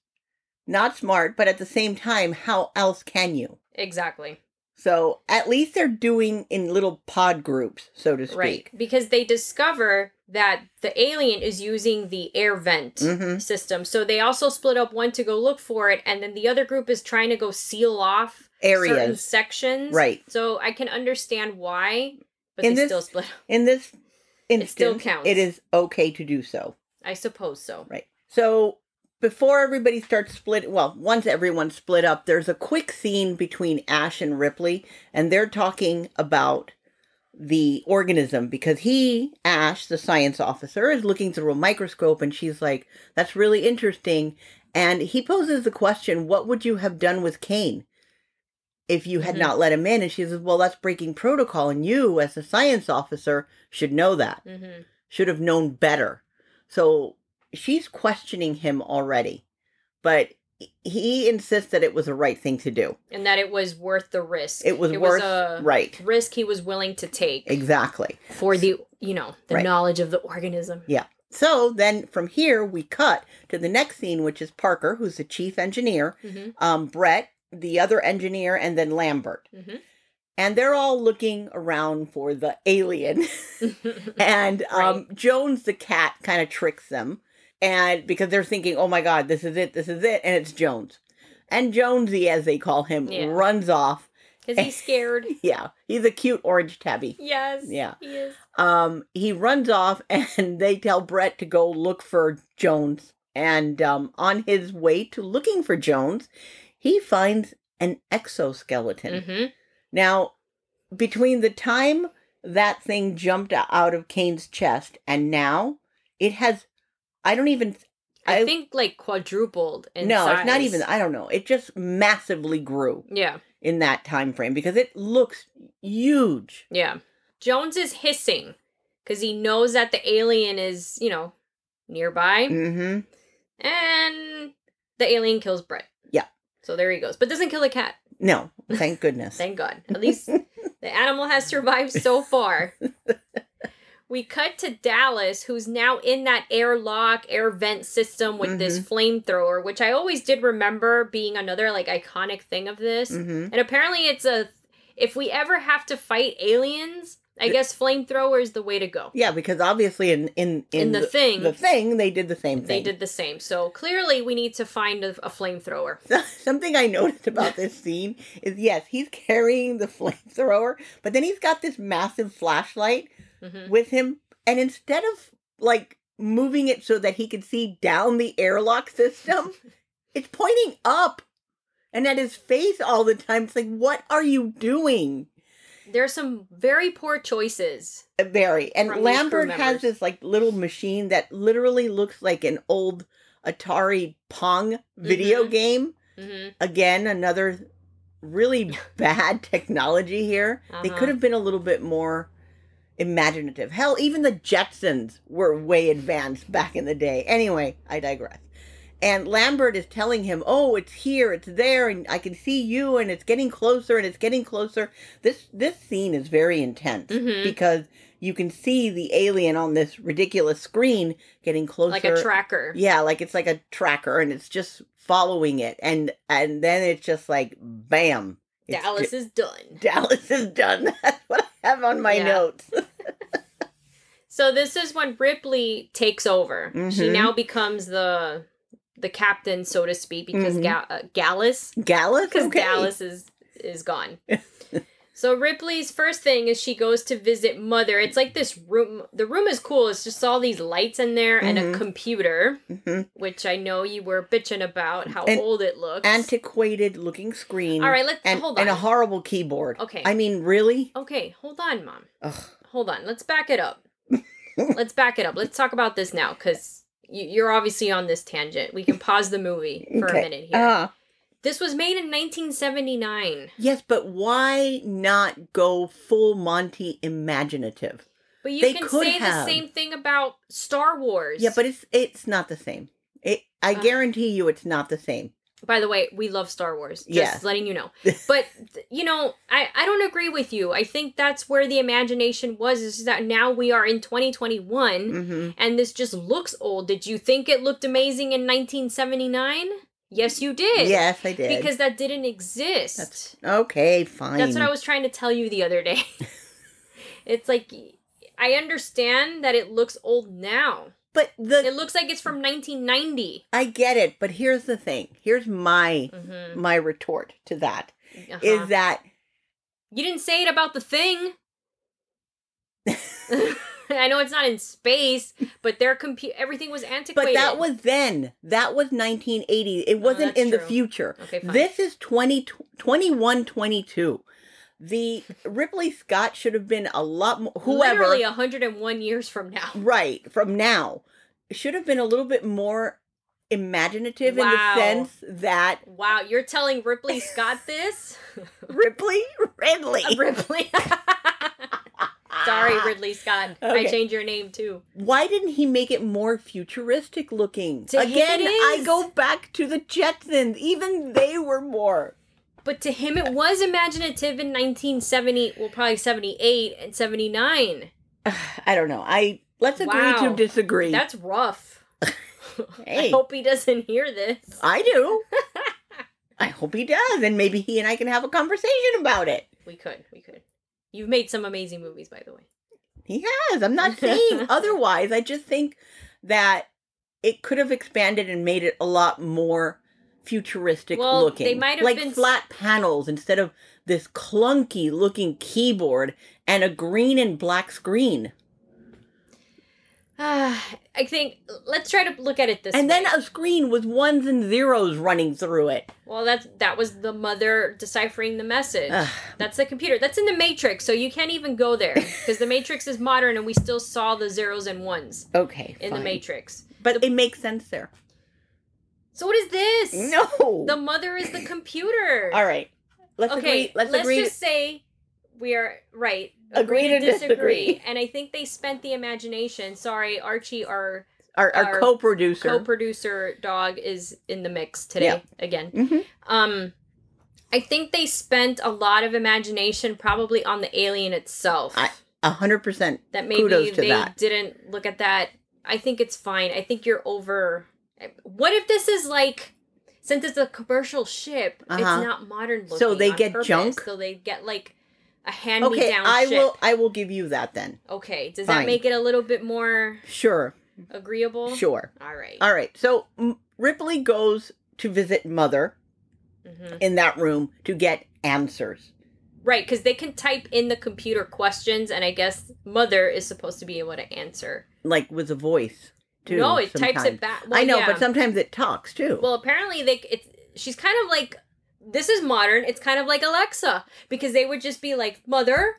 not smart, but at the same time, how else can you? exactly So at least they're doing in little pod groups, so to speak. right because they discover that the alien is using the air vent Mm-hmm. system. So they also split up one to go look for it, and then the other group is trying to go seal off certain Areas. sections. Right. So I can understand why, but In they this- still split. up. In this instance, still counts. it is okay to do so. I suppose so. Right. So before everybody starts split, well, once everyone's split up, there's a quick scene between Ash and Ripley, and they're talking about the organism because he, Ash, the science officer, is looking through a microscope, and she's like, "That's really interesting." And he poses the question, "What would you have done with Kane?" If you had Mhm. not let him in, and she says, Well, that's breaking protocol, and you, as a science officer, should know that hmm should have known better. So she's questioning him already, but he insists that it was the right thing to do. And that it was worth the risk. It was it worth was a right. risk he was willing to take Exactly. for the you know the Right. knowledge of the organism. So then from here we cut to the next scene which is Parker who's the chief engineer, Mm-hmm. um Brett, the other engineer and then Lambert. And they're all looking around for the alien. Mm-hmm. and um, Jones the cat kind of tricks them, and because they're thinking, "Oh my God, this is it, this is it," and it's Jones, and Jonesy, as they call him, Yeah. runs off. Eh. Because he's scared. Yeah, he's a cute orange tabby. Yes. Yeah. He is. Um, he runs off, and they tell Brett to go look for Jones. And um, on his way to looking for Jones, he finds an exoskeleton. hmm Now, between the time that thing jumped out of Kane's chest and now, it has, I don't even, I, I- think like quadrupled in no, size. it's not even, I don't know. It just massively grew Yeah. in that time frame because it looks huge. Yeah. Jones is hissing because he knows that the alien is, you know, nearby. hmm And the alien kills Brett. Yeah. So there he goes. But doesn't kill the cat. No, thank goodness. Thank God. At least the animal has survived so far. We cut to Dallas, who's now in that airlock, air vent system with this flamethrower, which I always did remember being another like iconic thing of this. hmm And apparently, it's a if we ever have to fight aliens, I guess flamethrower is the way to go. Yeah, because obviously in in In, the, thing, the thing they did the same thing. they did the same. So clearly, we need to find a, a flamethrower. Something I noticed about this scene is yes, he's carrying the flamethrower, but then he's got this massive flashlight hmm with him, and instead of like moving it so that he could see down the airlock system, it's pointing up and at his face all the time. It's like, what are you doing? There are some very poor choices. Uh, Very. And From these Lambert crew has members. this like little machine that literally looks like an old Atari Pong video Mhm. game. hmm again another really bad technology here they Uh-huh. could have been a little bit more imaginative hell even the jetsons were way advanced back in the day anyway i digress and lambert is telling him oh it's here it's there and i can see you and it's getting closer and it's getting closer this this scene is very intense Mhm. because you can see the alien on this ridiculous screen getting closer Like a tracker. yeah like it's like a tracker and it's just following it and and then it's just like bam It's Dallas ju- is done. dallas is done that's what i have on my Yeah. notes So this is when Ripley takes over. She Mhm. now becomes the the captain, so to speak, because Mhm. Ga- uh, Gallus, gallus because okay. Dallas is is gone. so Ripley's first thing is she goes to visit Mother. It's like this room. The room is cool. It's just all these lights in there and Mhm. a computer, Mhm. which I know you were bitching about how An old it looks. antiquated looking screen all right, let's and, hold on. and a horrible keyboard Okay. i mean really okay, hold on, mom. Ugh. hold on let's back it up let's back it up let's talk about this now because you're obviously on this tangent we can pause the movie for Okay. a minute here Ah. this was made in 1979 yes but why not go full monty imaginative but you They can could say have. the same thing about star wars yeah but it's it's not the same it, i Ah. guarantee you it's not the same by the way we love star wars just Yeah. letting you know but th- you know I, I don't agree with you i think that's where the imagination was is that now we are in 2021 hmm and this just looks old did you think it looked amazing in 1979 yes you did yes i did because that didn't exist. That's, Okay, fine. what I was trying to tell you the other day. it's like I understand that it looks old now. But the It looks like it's from 1990. I get it. But here's the thing. Here's my Mm-hmm. my retort to that is that Uh-huh. you didn't say it about the thing? I know it's not in space, but their compu everything was but antiquated. that was then. That was 1980. It wasn't Oh, that's in the true. future. okay. Fine. This is 20 21 22. The Ripley Scott should have been a lot more whoever literally 101 years from now. right from now should have been a little bit more imaginative in the Wow. sense that Wow, you're telling Ripley Scott this? Ripley Ridley Ripley. Sorry, Ah. Ridley Scott. I Okay. changed your name too. why didn't he make it more futuristic looking? To him Again, it I is. go back to the Jetsons. Even they were more. But to him, it was imaginative in 1970, well, probably 78 and 79. I don't know. I let's agree Wow. to disagree. That's rough. I Hey. hope he doesn't hear this. I do. I hope he does, and maybe he and I can have a conversation about it. We could, we could. You've made some amazing movies, by the way. He has. I'm not saying otherwise. I just think that it could have expanded and made it a lot more futuristic Well, looking. they might have like been s- flat panels instead of this clunky looking keyboard and a green and black screen. Ah, I think let's try to look at it this and way. then a screen with ones and zeros running through it. well, that's that was the mother deciphering the message. Ugh. That's the computer. That's in the Matrix, so you can't even go there because the Matrix is modern, and we still saw the zeros and ones Okay. in fine. the Matrix. But it makes sense there. So what is this? No. the mother is the computer. All right. Let's okay, agree. Let's, agree. just say we are right. Agree to disagree. And I think they spent the imagination. Sorry, Archie, our our, our, our co-producer. co-producer dog, is in the mix today Yeah. again. Mhm. Um, I think they spent a lot of imagination probably on the alien itself. I- A hundred percent. that maybe Kudos to they that. didn't look at that. I think it's fine. I think you're over. What if this is like, since it's a commercial ship, it's Uh-huh. not modern looking. So they on get purpose, junk? So they get like a hand me Okay, down I ship. will I will give you that then. Okay, does that Fine. make it a little bit more Sure. agreeable? Sure. All right. All right. So M- Ripley goes to visit mother mm-hmm. in that room to get answers. Right, because they can type in the computer questions, and I guess mother is supposed to be able to answer. Like with a voice too. no, it types sometimes. it back. I know, yeah. but sometimes it talks too. well, apparently they it's she's kind of like this is modern. It's kind of like Alexa because they would just be like mother,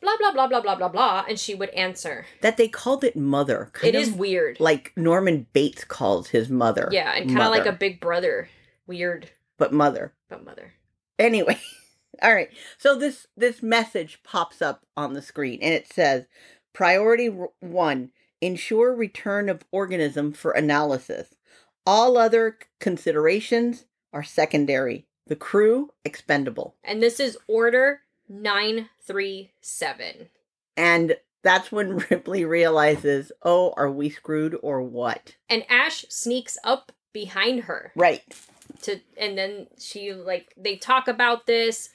blah blah blah blah blah blah blah, and she would answer. that they called it mother. It Kind is of weird. like Norman Bates calls his mother. yeah, and kind of like a mother, Big Brother, weird but mother. but mother. Anyway, all right. So this this message pops up on the screen and it says priority r- 1 ensure return of organism for analysis. All other c- considerations are secondary. The crew expendable. And this is order nine three seven. And that's when Ripley realizes, "Oh, are we screwed or what?" And Ash sneaks up behind her. Right. to and then she like they talk about this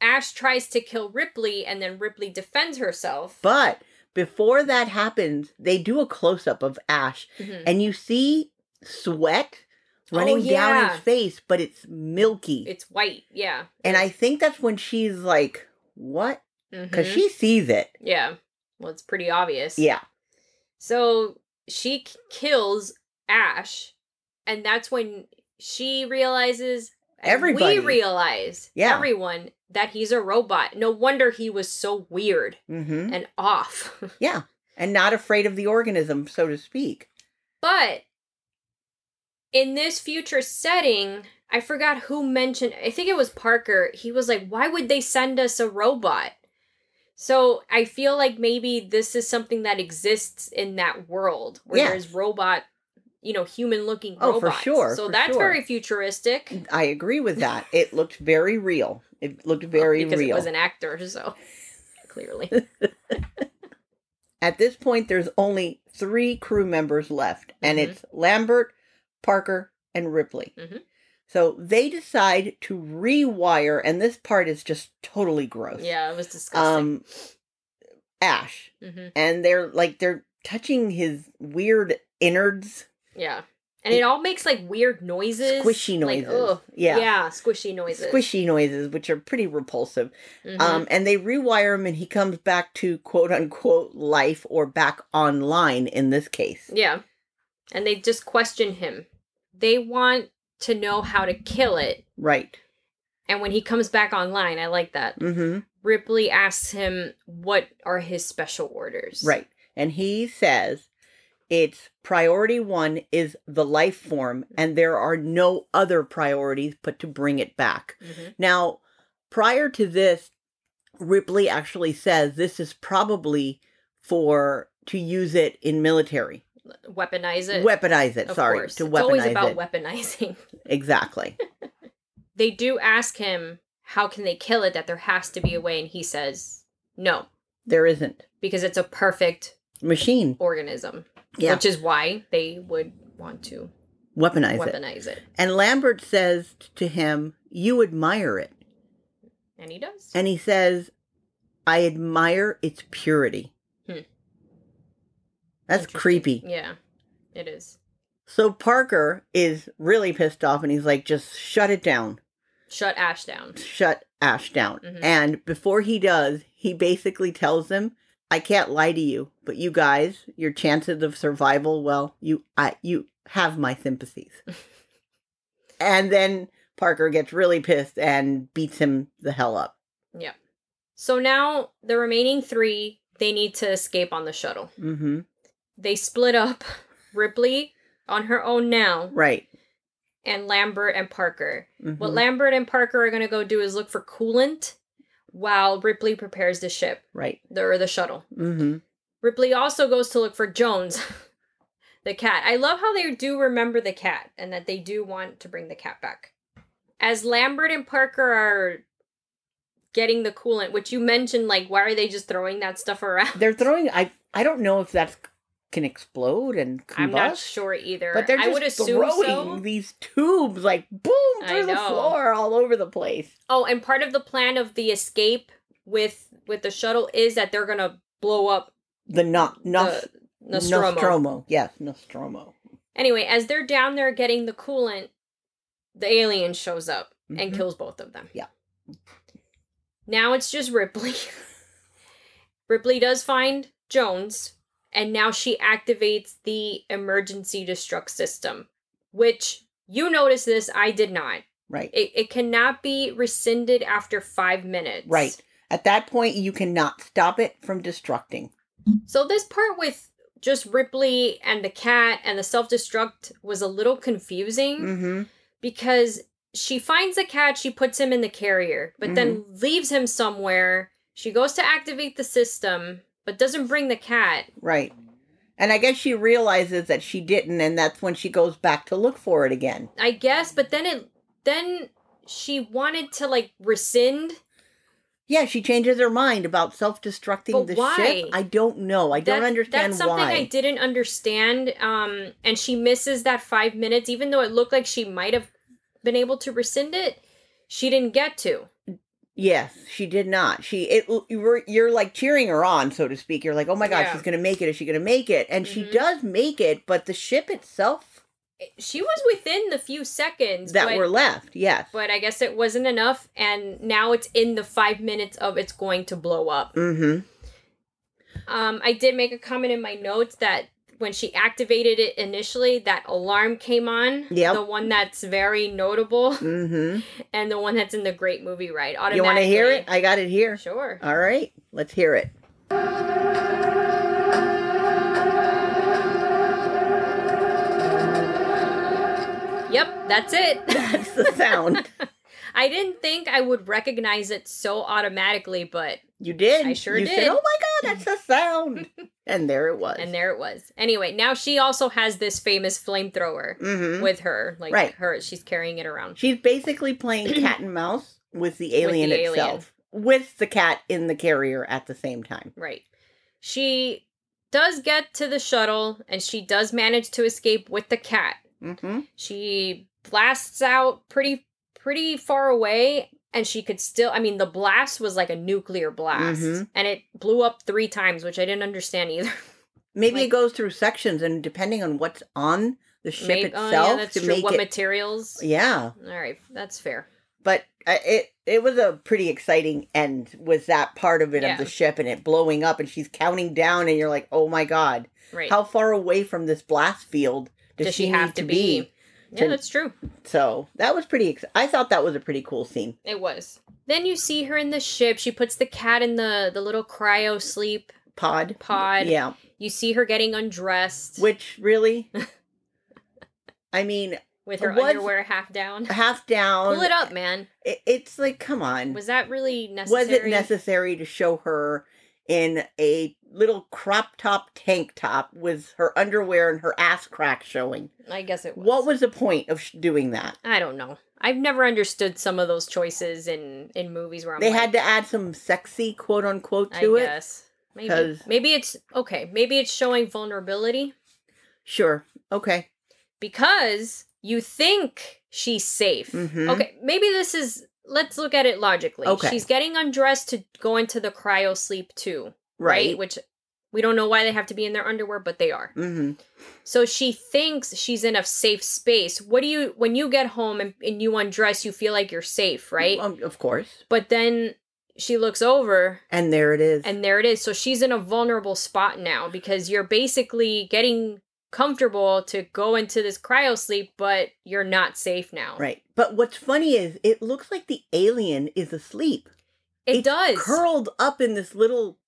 ash tries to kill ripley and then ripley defends herself But before that happens, they do a close up of Ash Mhm. and you see sweat running down Oh, yeah. his face, but it's milky. it's white yeah and I think that's when she's like, what? Because Mhm. she sees it. yeah well it's pretty obvious Yeah. so she k- kills ash and that's when she realizes and Everybody. we realize Yeah. everyone that he's a robot no wonder he was so weird hmm and off Yeah. And not afraid of the organism, so to speak. But in this future setting, I forgot who mentioned, I think it was Parker. He was like, why would they send us a robot? So I feel like maybe this is something that exists in that world where Yes. there's robot, you know, human looking Oh, for robots. sure, So for that's sure. very futuristic. uh, I agree with that. It looked very real. It looked very Oh, because real. it was an actor, so clearly. At this point, there's only three crew members left, and Mhm. it's Lambert, Parker, and Ripley. Mhm. So they decide to rewire, and this part is just totally gross. yeah, it was disgusting. Um, Ash, hmm and they're like they're touching his weird innards, Yeah. And it, all makes like weird noises. squishy like, noises. ugh. yeah. squishy noises. Squishy noises, which are pretty repulsive. Mhm. Um, and they rewire him, and he comes back to quote unquote life or back online in this case. Yeah. And they just question him. They want to know how to kill it. Right. And when he comes back online, I like that. Mm-hmm. Ripley asks him what are his special orders. Right. And he says it's priority one is the life form, Mm-hmm. and there are no other priorities but to bring it back. Mhm. Now, prior to this, Ripley actually says this is probably for to use it in military, Weaponize it. weaponize it. Of sorry, course. to it's always weaponize about it. weaponizing. exactly. They do ask him how can they kill it that there has to be a way and he says no There isn't because it's a perfect machine. organism. Yeah, Which is why they would want to weaponize it. weaponize it. And Lambert says to him, "You admire it." And he does. and he says, "I admire its purity." Hmm. That's Interesting. creepy. yeah. It is. So Parker is really pissed off, and he's like, "Just shut it down, Shut Ash down. shut Ash down." Mhm. And before he does, he basically tells them, "I can't lie to you, but you guys, your chances of survival, well, you, I, you have my sympathies." and then Parker gets really pissed and beats him the hell up. So now the remaining three, they need to escape on the shuttle. hmm They split up Ripley on her own now, Right. and Lambert and Parker. What Mhm. Lambert and Parker are going to go do is look for coolant while Ripley prepares the ship right. the, or the shuttle. Mm-hmm. Ripley also goes to look for Jones, the cat. I love how they do remember the cat and that they do want to bring the cat back. As Lambert and Parker are getting the coolant, which you mentioned, like, why are they just throwing that stuff around? they're throwing i i don't know if that's can explode and combust I'm not sure either. but they're I would just assume so. throwing these tubes like boom I through the know. floor all over the place Oh, and part of the plan of the escape with with the shuttle is that they're gonna blow up The not Nof- the Nostromo. Nostromo. Yes, Nostromo. Anyway, as they're down there getting the coolant, the alien shows up and Mhm. kills both of them. Yeah. Now it's just Ripley. Ripley does find Jones, and now she activates the emergency destruct system, which you notice this, I did not. Right. It, it cannot be rescinded after five minutes. Right. At that point, you cannot stop it from destructing. So this part with just Ripley and the cat and the self destruct was a little confusing. Mm-hmm. because she finds the cat, she puts him in the carrier, but then Mm-hmm. leaves him somewhere. She goes to activate the system, but doesn't bring the cat. Right. And I guess she realizes that she didn't, and that's when she goes back to look for it again. I guess, but then it then she wanted to like rescind. Yeah, she changes her mind about self-destructing But the why? ship. I don't know. I don't That- understand That's something why. I didn't understand. Um, and she misses that five minutes, even though it looked like she might have been able to rescind it. She didn't get to. Yes, she did not. She it you were you're like cheering her on, so to speak. You're like, oh my god, Yeah. she's gonna make it. Is she gonna make it? And she Mhm. does make it, but the ship itself She was within the few seconds that but- were left, yes. but I guess it wasn't enough. And now it's in the five minutes of it's going to blow up. Mm-hmm. Um, I did make a comment in my notes that when she activated it initially, that alarm came on. Yep. The one that's very notable Mm-hmm. and the one that's in the great movie ride. Automatically. You wanna hear it? I got it here. Sure. All right, let's hear it. Yep, that's it. That's the sound. I didn't think I would recognize it so automatically, but You did. I sure you did. Said, oh my god, that's the sound. and there it was. and there it was. Anyway, now she also has this famous flamethrower Mm-hmm. with her, like Right. her. She's carrying it around. She's basically playing cat and mouse with the alien the alien. itself, with the cat in the carrier at the same time. Right. She does get to the shuttle and she does manage to escape with the cat. Mm-hmm. She blasts out pretty pretty far away and she could still I mean the blast was like a nuclear blast Mhm. and it blew up 3 times which I didn't understand either. Maybe it Like- goes through sections, and depending on what's on the ship Maybe- itself, oh yeah, that's to true. make what it. materials? yeah, All right, that's fair. but uh, it it was a pretty exciting end with that part of it Yeah. of the ship and it blowing up, and she's counting down, and you're like, oh my god, Right. how far away from this blast field does, does she, have need to be? Yeah, to- that's true. So that was pretty. Ex- I thought that was a pretty cool scene. It was. Then you see her in the ship. She puts the cat in the the little cryo sleep Pod. pod. Yeah. You see her getting undressed. Which really, I mean, with her Was- underwear half down. half down. Pull it up, man. it- it's like, come on. Was that really necessary? Was it necessary to show her in a little crop top tank top with her underwear and her ass crack showing? I guess it was. What was the point of sh- doing that? I don't know. I've never understood some of those choices in in movies where I'm They like, had to add some sexy quote unquote I to it. guess. Maybe 'cause- maybe it's okay. Maybe it's showing vulnerability Sure. Okay. because you think she's safe. Mhm. Okay, maybe this is. Let's look at it logically. Okay. She's getting undressed to go into the cryo sleep too, Right. Which we don't know why they have to be in their underwear, but they are. Mm-hmm. So she thinks she's in a safe space. What do you when you get home and, and you undress, you feel like you're safe, right? Um, of course. but then she looks over And there it is. and there it is. So she's in a vulnerable spot now because you're basically getting comfortable to go into this cryo sleep, but you're not safe now. Right. But what's funny is it looks like the alien is asleep. It It's does. Curled up in this little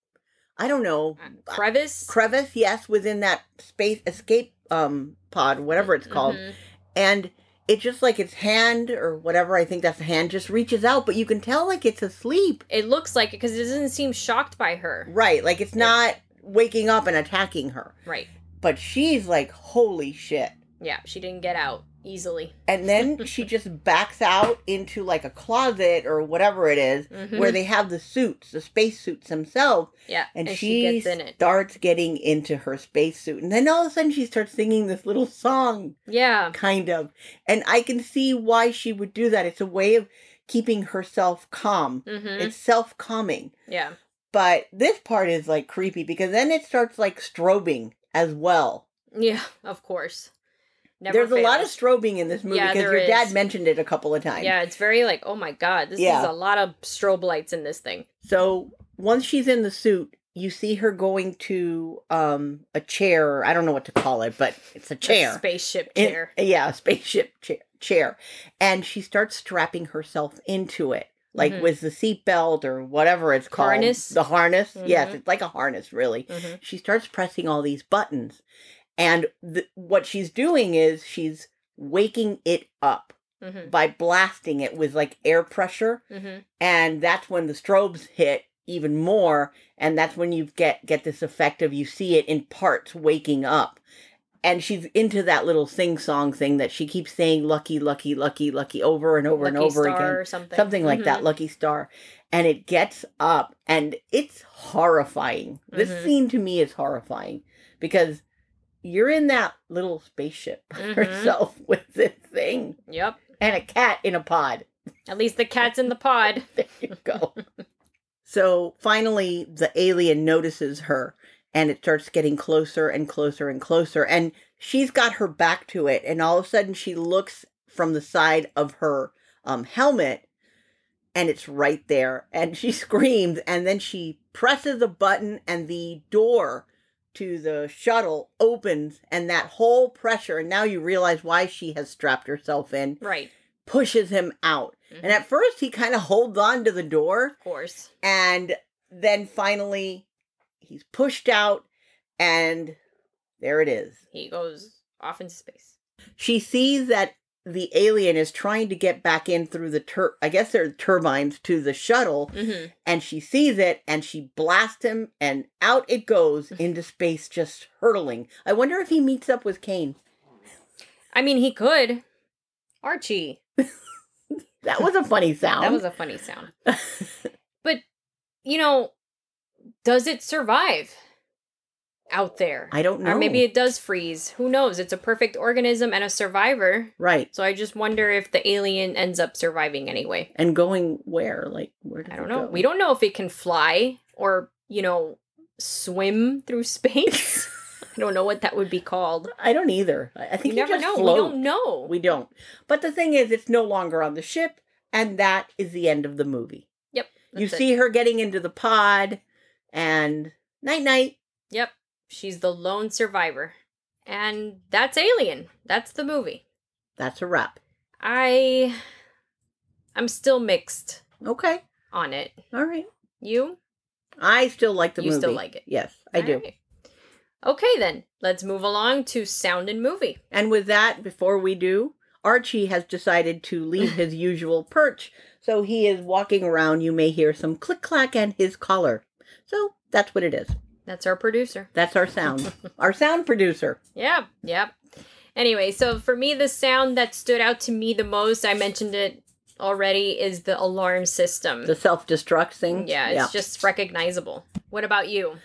I don't know Uh, crevice. crevice, yes, within that space escape um pod, whatever it's called. Mhm. And it just like its hand or whatever, I think that's the hand, just reaches out, but you can tell like it's asleep. It looks like it because it doesn't seem shocked by her. Right. Like it's not waking up and attacking her. Right. But she's like, holy shit. Yeah, she didn't get out easily. And then she just backs out into like a closet or whatever it is. Mhm. where they have the suits, the space suits themselves, yeah, and, she she, gets in it. starts getting into her space suit. And then all of a sudden she starts singing this little song, Yeah. kind of. And I can see why she would do that. It's a way of keeping herself calm. Mm-hmm. It's self calming. Yeah. But this part is like creepy because then it starts like strobing as well. Yeah, of course. There's a lot of fails. strobing in this movie Yeah, because there your dad is. mentioned it a couple of times. Yeah, it's very like, oh my god, this Yeah. is a lot of strobe lights in this thing. So once she's in the suit, you see her going to um a chair. I don't know what to call it, but it's a A chair. spaceship In- chair. yeah, a spaceship chair, chair. And she starts strapping herself into it, like Mhm. with the seatbelt or whatever it's called. Harness? The harness. Yes, Mhm. it's like a harness, really. Mhm. She starts pressing all these buttons. And th- what she's doing is she's waking it up Mhm. by blasting it with like air pressure. Mhm. And that's when the strobes hit even more. And that's when you get, get this effect of you see it in parts waking up and she's into that little sing song thing that she keeps saying lucky lucky lucky lucky over and over and Lucky over star again or something. something like that lucky star and it gets up and it's horrifying this Mhm. scene to me is horrifying because you're in that little spaceship by Mhm. yourself with this thing Mhm. Yep. and a cat in a pod At least the cat's in the pod. there you go so finally the alien notices her and it starts getting closer and closer and closer and she's got her back to it and all of a sudden she looks from the side of her um, helmet and it's right there and she screams and then she presses a button and the door to the shuttle opens and that whole pressure and now you realize why she has strapped herself in Right. pushes him out Mhm. and at first he kind of holds on to the door Of course. and then finally he's pushed out and there it is He goes off into space. she sees that the alien is trying to get back in through the tur i guess they're turbines to the shuttle Mhm. and she sees it and she blasts him and out it goes into space just hurtling i wonder if he meets up with kane I mean, he could. Archie. that was a funny sound That was a funny sound. but you know, does it survive out there? i don't know Or maybe it does freeze. Who knows? It's a perfect organism and a survivor. right So I just wonder if the alien ends up surviving anyway. and going where like where does I it don't know. go? We don't know if it can fly or, you know, swim through space. I don't know what that would be called. I don't either. I I You think you never just know. Float. We don't know. We don't. But the thing is, it's no longer on the ship, and that is the end of the movie. you That's it. see her getting into the pod, and night night. Yep. She's the lone survivor. And that's Alien. That's the movie. That's a wrap. I I'm still mixed Okay. on it. All right. You? I still like the You movie. still like it. Yes, I do. Alright. Okay then. Let's move along to sound and movie. And with that, before we do, Archie has decided to leave his usual perch, so he is walking around. You may hear some click clack and his collar. So that's what it is. That's our producer. That's our sound. our sound producer. Yeah, yep. Anyway, so for me, the sound that stood out to me the most, I mentioned it already, is the alarm system. the self destruct thing. yeah, it's just recognizable. What about you?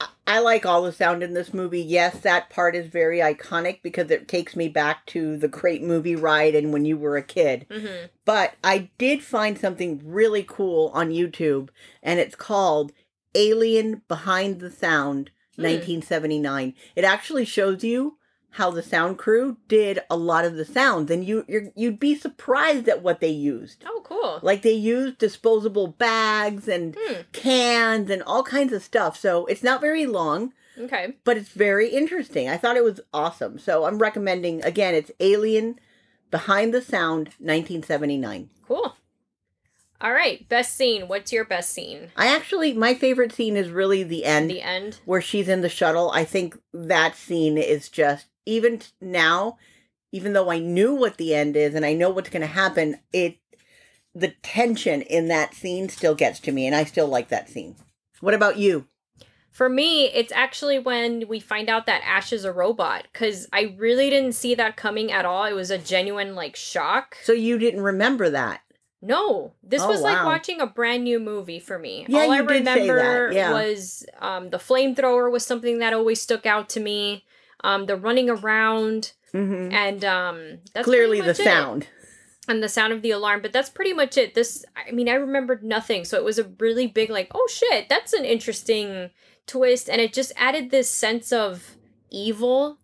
I- I like all the sound in this movie. Yes, that part is very iconic because it takes me back to the great movie ride and when you were a kid. Mm-hmm. But I did find something really cool on YouTube, and it's called Alien Behind the Sound Hmm. 1979. It actually shows you how the sound crew did a lot of the sounds, and you you're, you'd be surprised at what they used. Oh, cool. Like they used disposable bags and Hmm. cans and all kinds of stuff. So it's not very long, Okay. but it's very interesting. I thought it was awesome. So I'm recommending again, it's Alien Behind the Sound 1979. Cool. All right. Best scene. What's your best scene? I actually my favorite scene is really the end The end. where she's in the shuttle. I think that scene is just even t- now even though I knew what the end is and I know what's going to happen, it the tension in that scene still gets to me and I still like that scene. What about you? For me, it's actually when we find out that Ash is a robot, because I really didn't see that coming at all. It was a genuine, like, shock. So you didn't remember that. No, this Oh, was like wow. watching a brand new movie for me. Yeah, All I you did say that, remember yeah. was um, the flamethrower was something that always stuck out to me. Um, the running around Mm-hmm. and um, that's pretty Clearly the much it. sound. and the sound of the alarm but that's pretty much it this i mean i remembered nothing so it was a really big like oh shit that's an interesting twist and it just added this sense of evil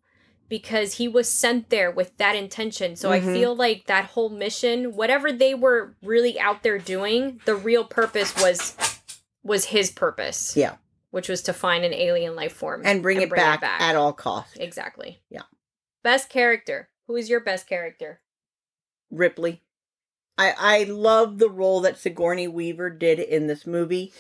because he was sent there with that intention so i Mhm. feel like that whole mission whatever they were really out there doing the real purpose was was his purpose Yeah. which was to find an alien life form and bring, it, back at all costs. exactly Yeah. best character who is your best character Ripley. I I love the role that Sigourney Weaver did in this movie.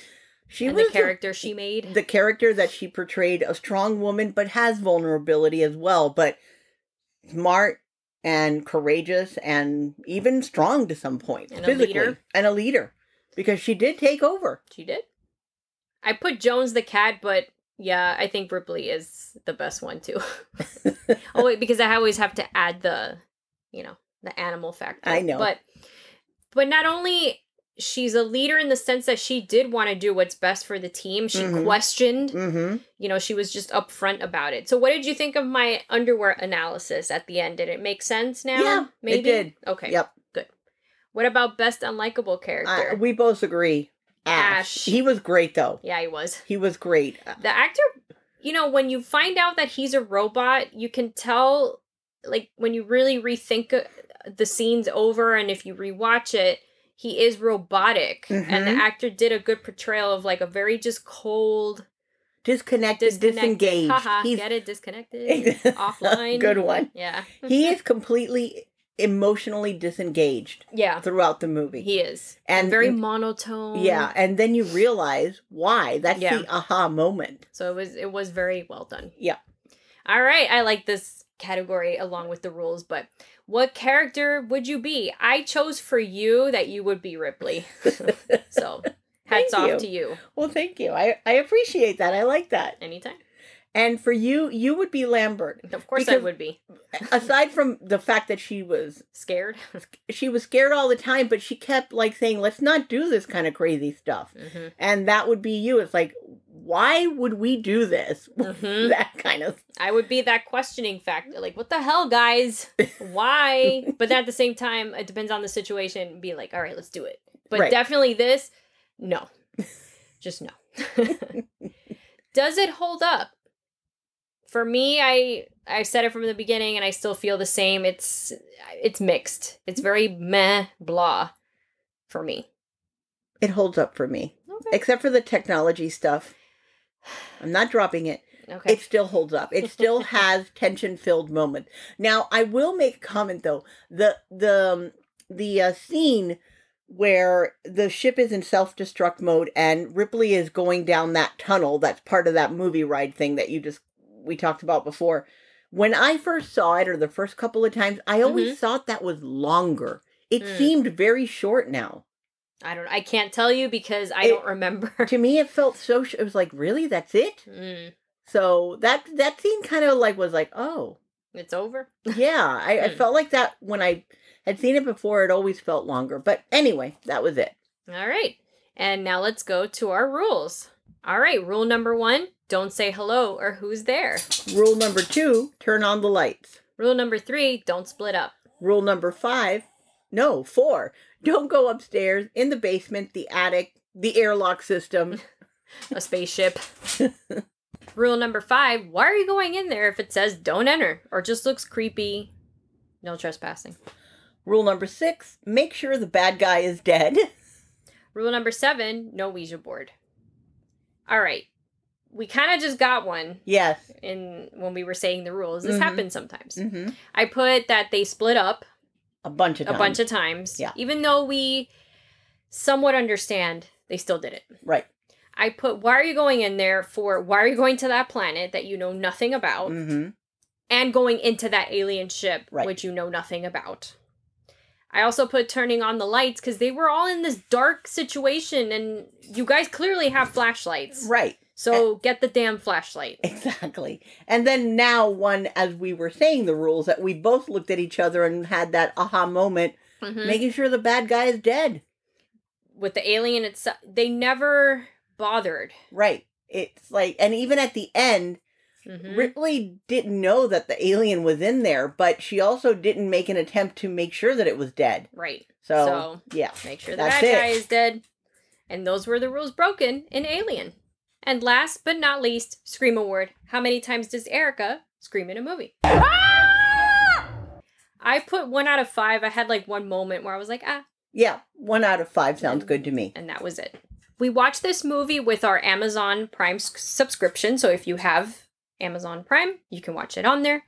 She and was the character she made the character that she portrayed a strong woman but has vulnerability as well but smart and courageous and even strong to some point And a physically leader. and a leader because she did take over She did. I put Jones the cat, but yeah, I think Ripley is the best one too. oh wait, because I always have to add the, you know, the animal factor. I know. but but not only she's a leader in the sense that she did want to do what's best for the team. She Mhm. questioned, hmm you know, she was just upfront about it. So, what did you think of my underwear analysis at the end? Did it make sense now? Yeah, it maybe. did. Okay. Yep. What about best unlikable character? I- we both agree ash. Ash. he was great though yeah, he was. he was great Uh, the actor you know when you find out that he's a robot you can tell like when you really rethink uh, the scenes over and if you rewatch it he is robotic and Mhm. the actor did a good portrayal of like a very just cold disconnected, disconnected disengaged haha he's get it disconnected offline Mm-hmm. good one yeah he is completely emotionally disengaged yeah throughout the movie he is and very monotone Yeah, and then you realize why. That's Yeah. the aha moment. so it was it was very well done Yeah. all right i like this category along with the rules but what character would you be i chose for you that you would be ripley so hats Thank off you. to you Well, thank you. I, I appreciate that. I like that. anytime And for you, you would be Lambert. of course i Because- would be Aside from the fact that she was scared she was scared all the time, but she kept like saying, "Let's not do this kind of crazy stuff." hmm And that would be you. It's like, why would we do this? Mhm. that kind of i would be that questioning factor like what the hell guys why but then at the same time it depends on the situation be like all right let's do it but Right. definitely this no just no does it hold up for me i i said it from the beginning and i still feel the same it's it's mixed it's very meh blah for me it holds up for me, okay except for the technology stuff. I'm not dropping it. okay It still holds up. It still has tension filled moments. Now, I will make a comment though. The the um, the uh, scene where the ship is in self destruct mode and Ripley is going down that tunnel. That's part of that movie ride thing that you just we talked about before. When I first saw it, or the first couple of times, I always thought that was longer. It Mm-hmm. Mm. seemed very short now. i don't i can't tell you because i It- don't remember to me, it felt so. Sh- it was like, really, that's it. mm, So that that scene kind of like was like, oh, it's over yeah, I, I Hmm. felt like that when I had seen it before. It always felt longer. But anyway, that was it. All right. And now let's go to our rules. All right. Rule number one don't say hello or who's there. Rule number two: turn on the lights. Rule number three don't split up. Rule number five: no, four. Don't go upstairs in the basement, the attic, the airlock system. A spaceship. Rule number five why are you going in there if it says don't enter or just looks creepy? No trespassing. Rule number six: make sure the bad guy is dead. Rule number seven no Ouija board. All right. We kind of just got one Yes. in when we were saying the rules. This Mhm. happens sometimes. hmm I put that they split up A bunch of a times. bunch of times. Yeah. Even though we somewhat understand, they still did it. right. I put, why are you going in there for, why are you going to that planet that you know nothing about hmm and going into that alien ship, Right. which you know nothing about? I also put turning on the lights because they were all in this dark situation and you guys clearly have flashlights. Right. Eh. So get the damn flashlight. Exactly. And then now one as we were saying the rules that we both looked at each other and had that aha moment Mhm. making sure the bad guy is dead. With the alien itself, they never bothered. Right. It's like and even at the end Mhm. Ripley didn't know that the alien was in there, but she also didn't make an attempt to make sure that it was dead. Right. So, So- yeah. Make sure the That's bad guy it. is dead. And those were the rules broken in Alien. And last but not least, Scream Award. How many times does Erica scream in a movie? Ah! I put one out of five. I had like one moment where I was like, ah, Yeah. One out of five sounds good to me. and that was it. We watched this movie with our Amazon Prime s- subscription. So if you have Amazon Prime, you can watch it on there.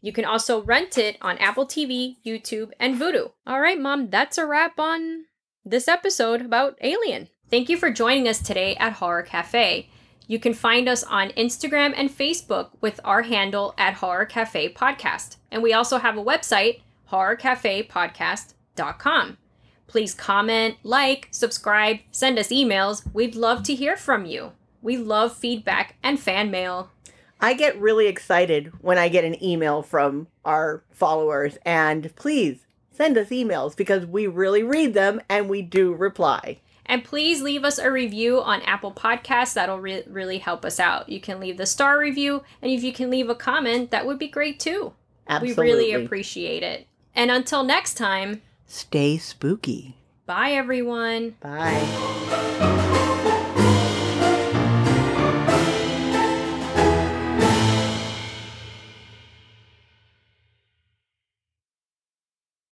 You can also rent it on Apple TV, YouTube, and Vudu. All right, Mom, that's a wrap on this episode about Alien. Thank you for joining us today at Horror Cafe. You can find us on Instagram and Facebook with our handle at Horror Cafe Podcast. And we also have a website, horrorcafepodcast.com. Please comment, like, subscribe, send us emails. We'd love to hear from you. We love feedback and fan mail. I get really excited when I get an email from our followers, and please send us emails because we really read them and we do reply. And please leave us a review on Apple Podcasts. That'll re- really help us out. You can leave the star review, and if you can leave a comment, that would be great too. Absolutely. We really appreciate it. And until next time, Stay spooky. bye everyone. Bye.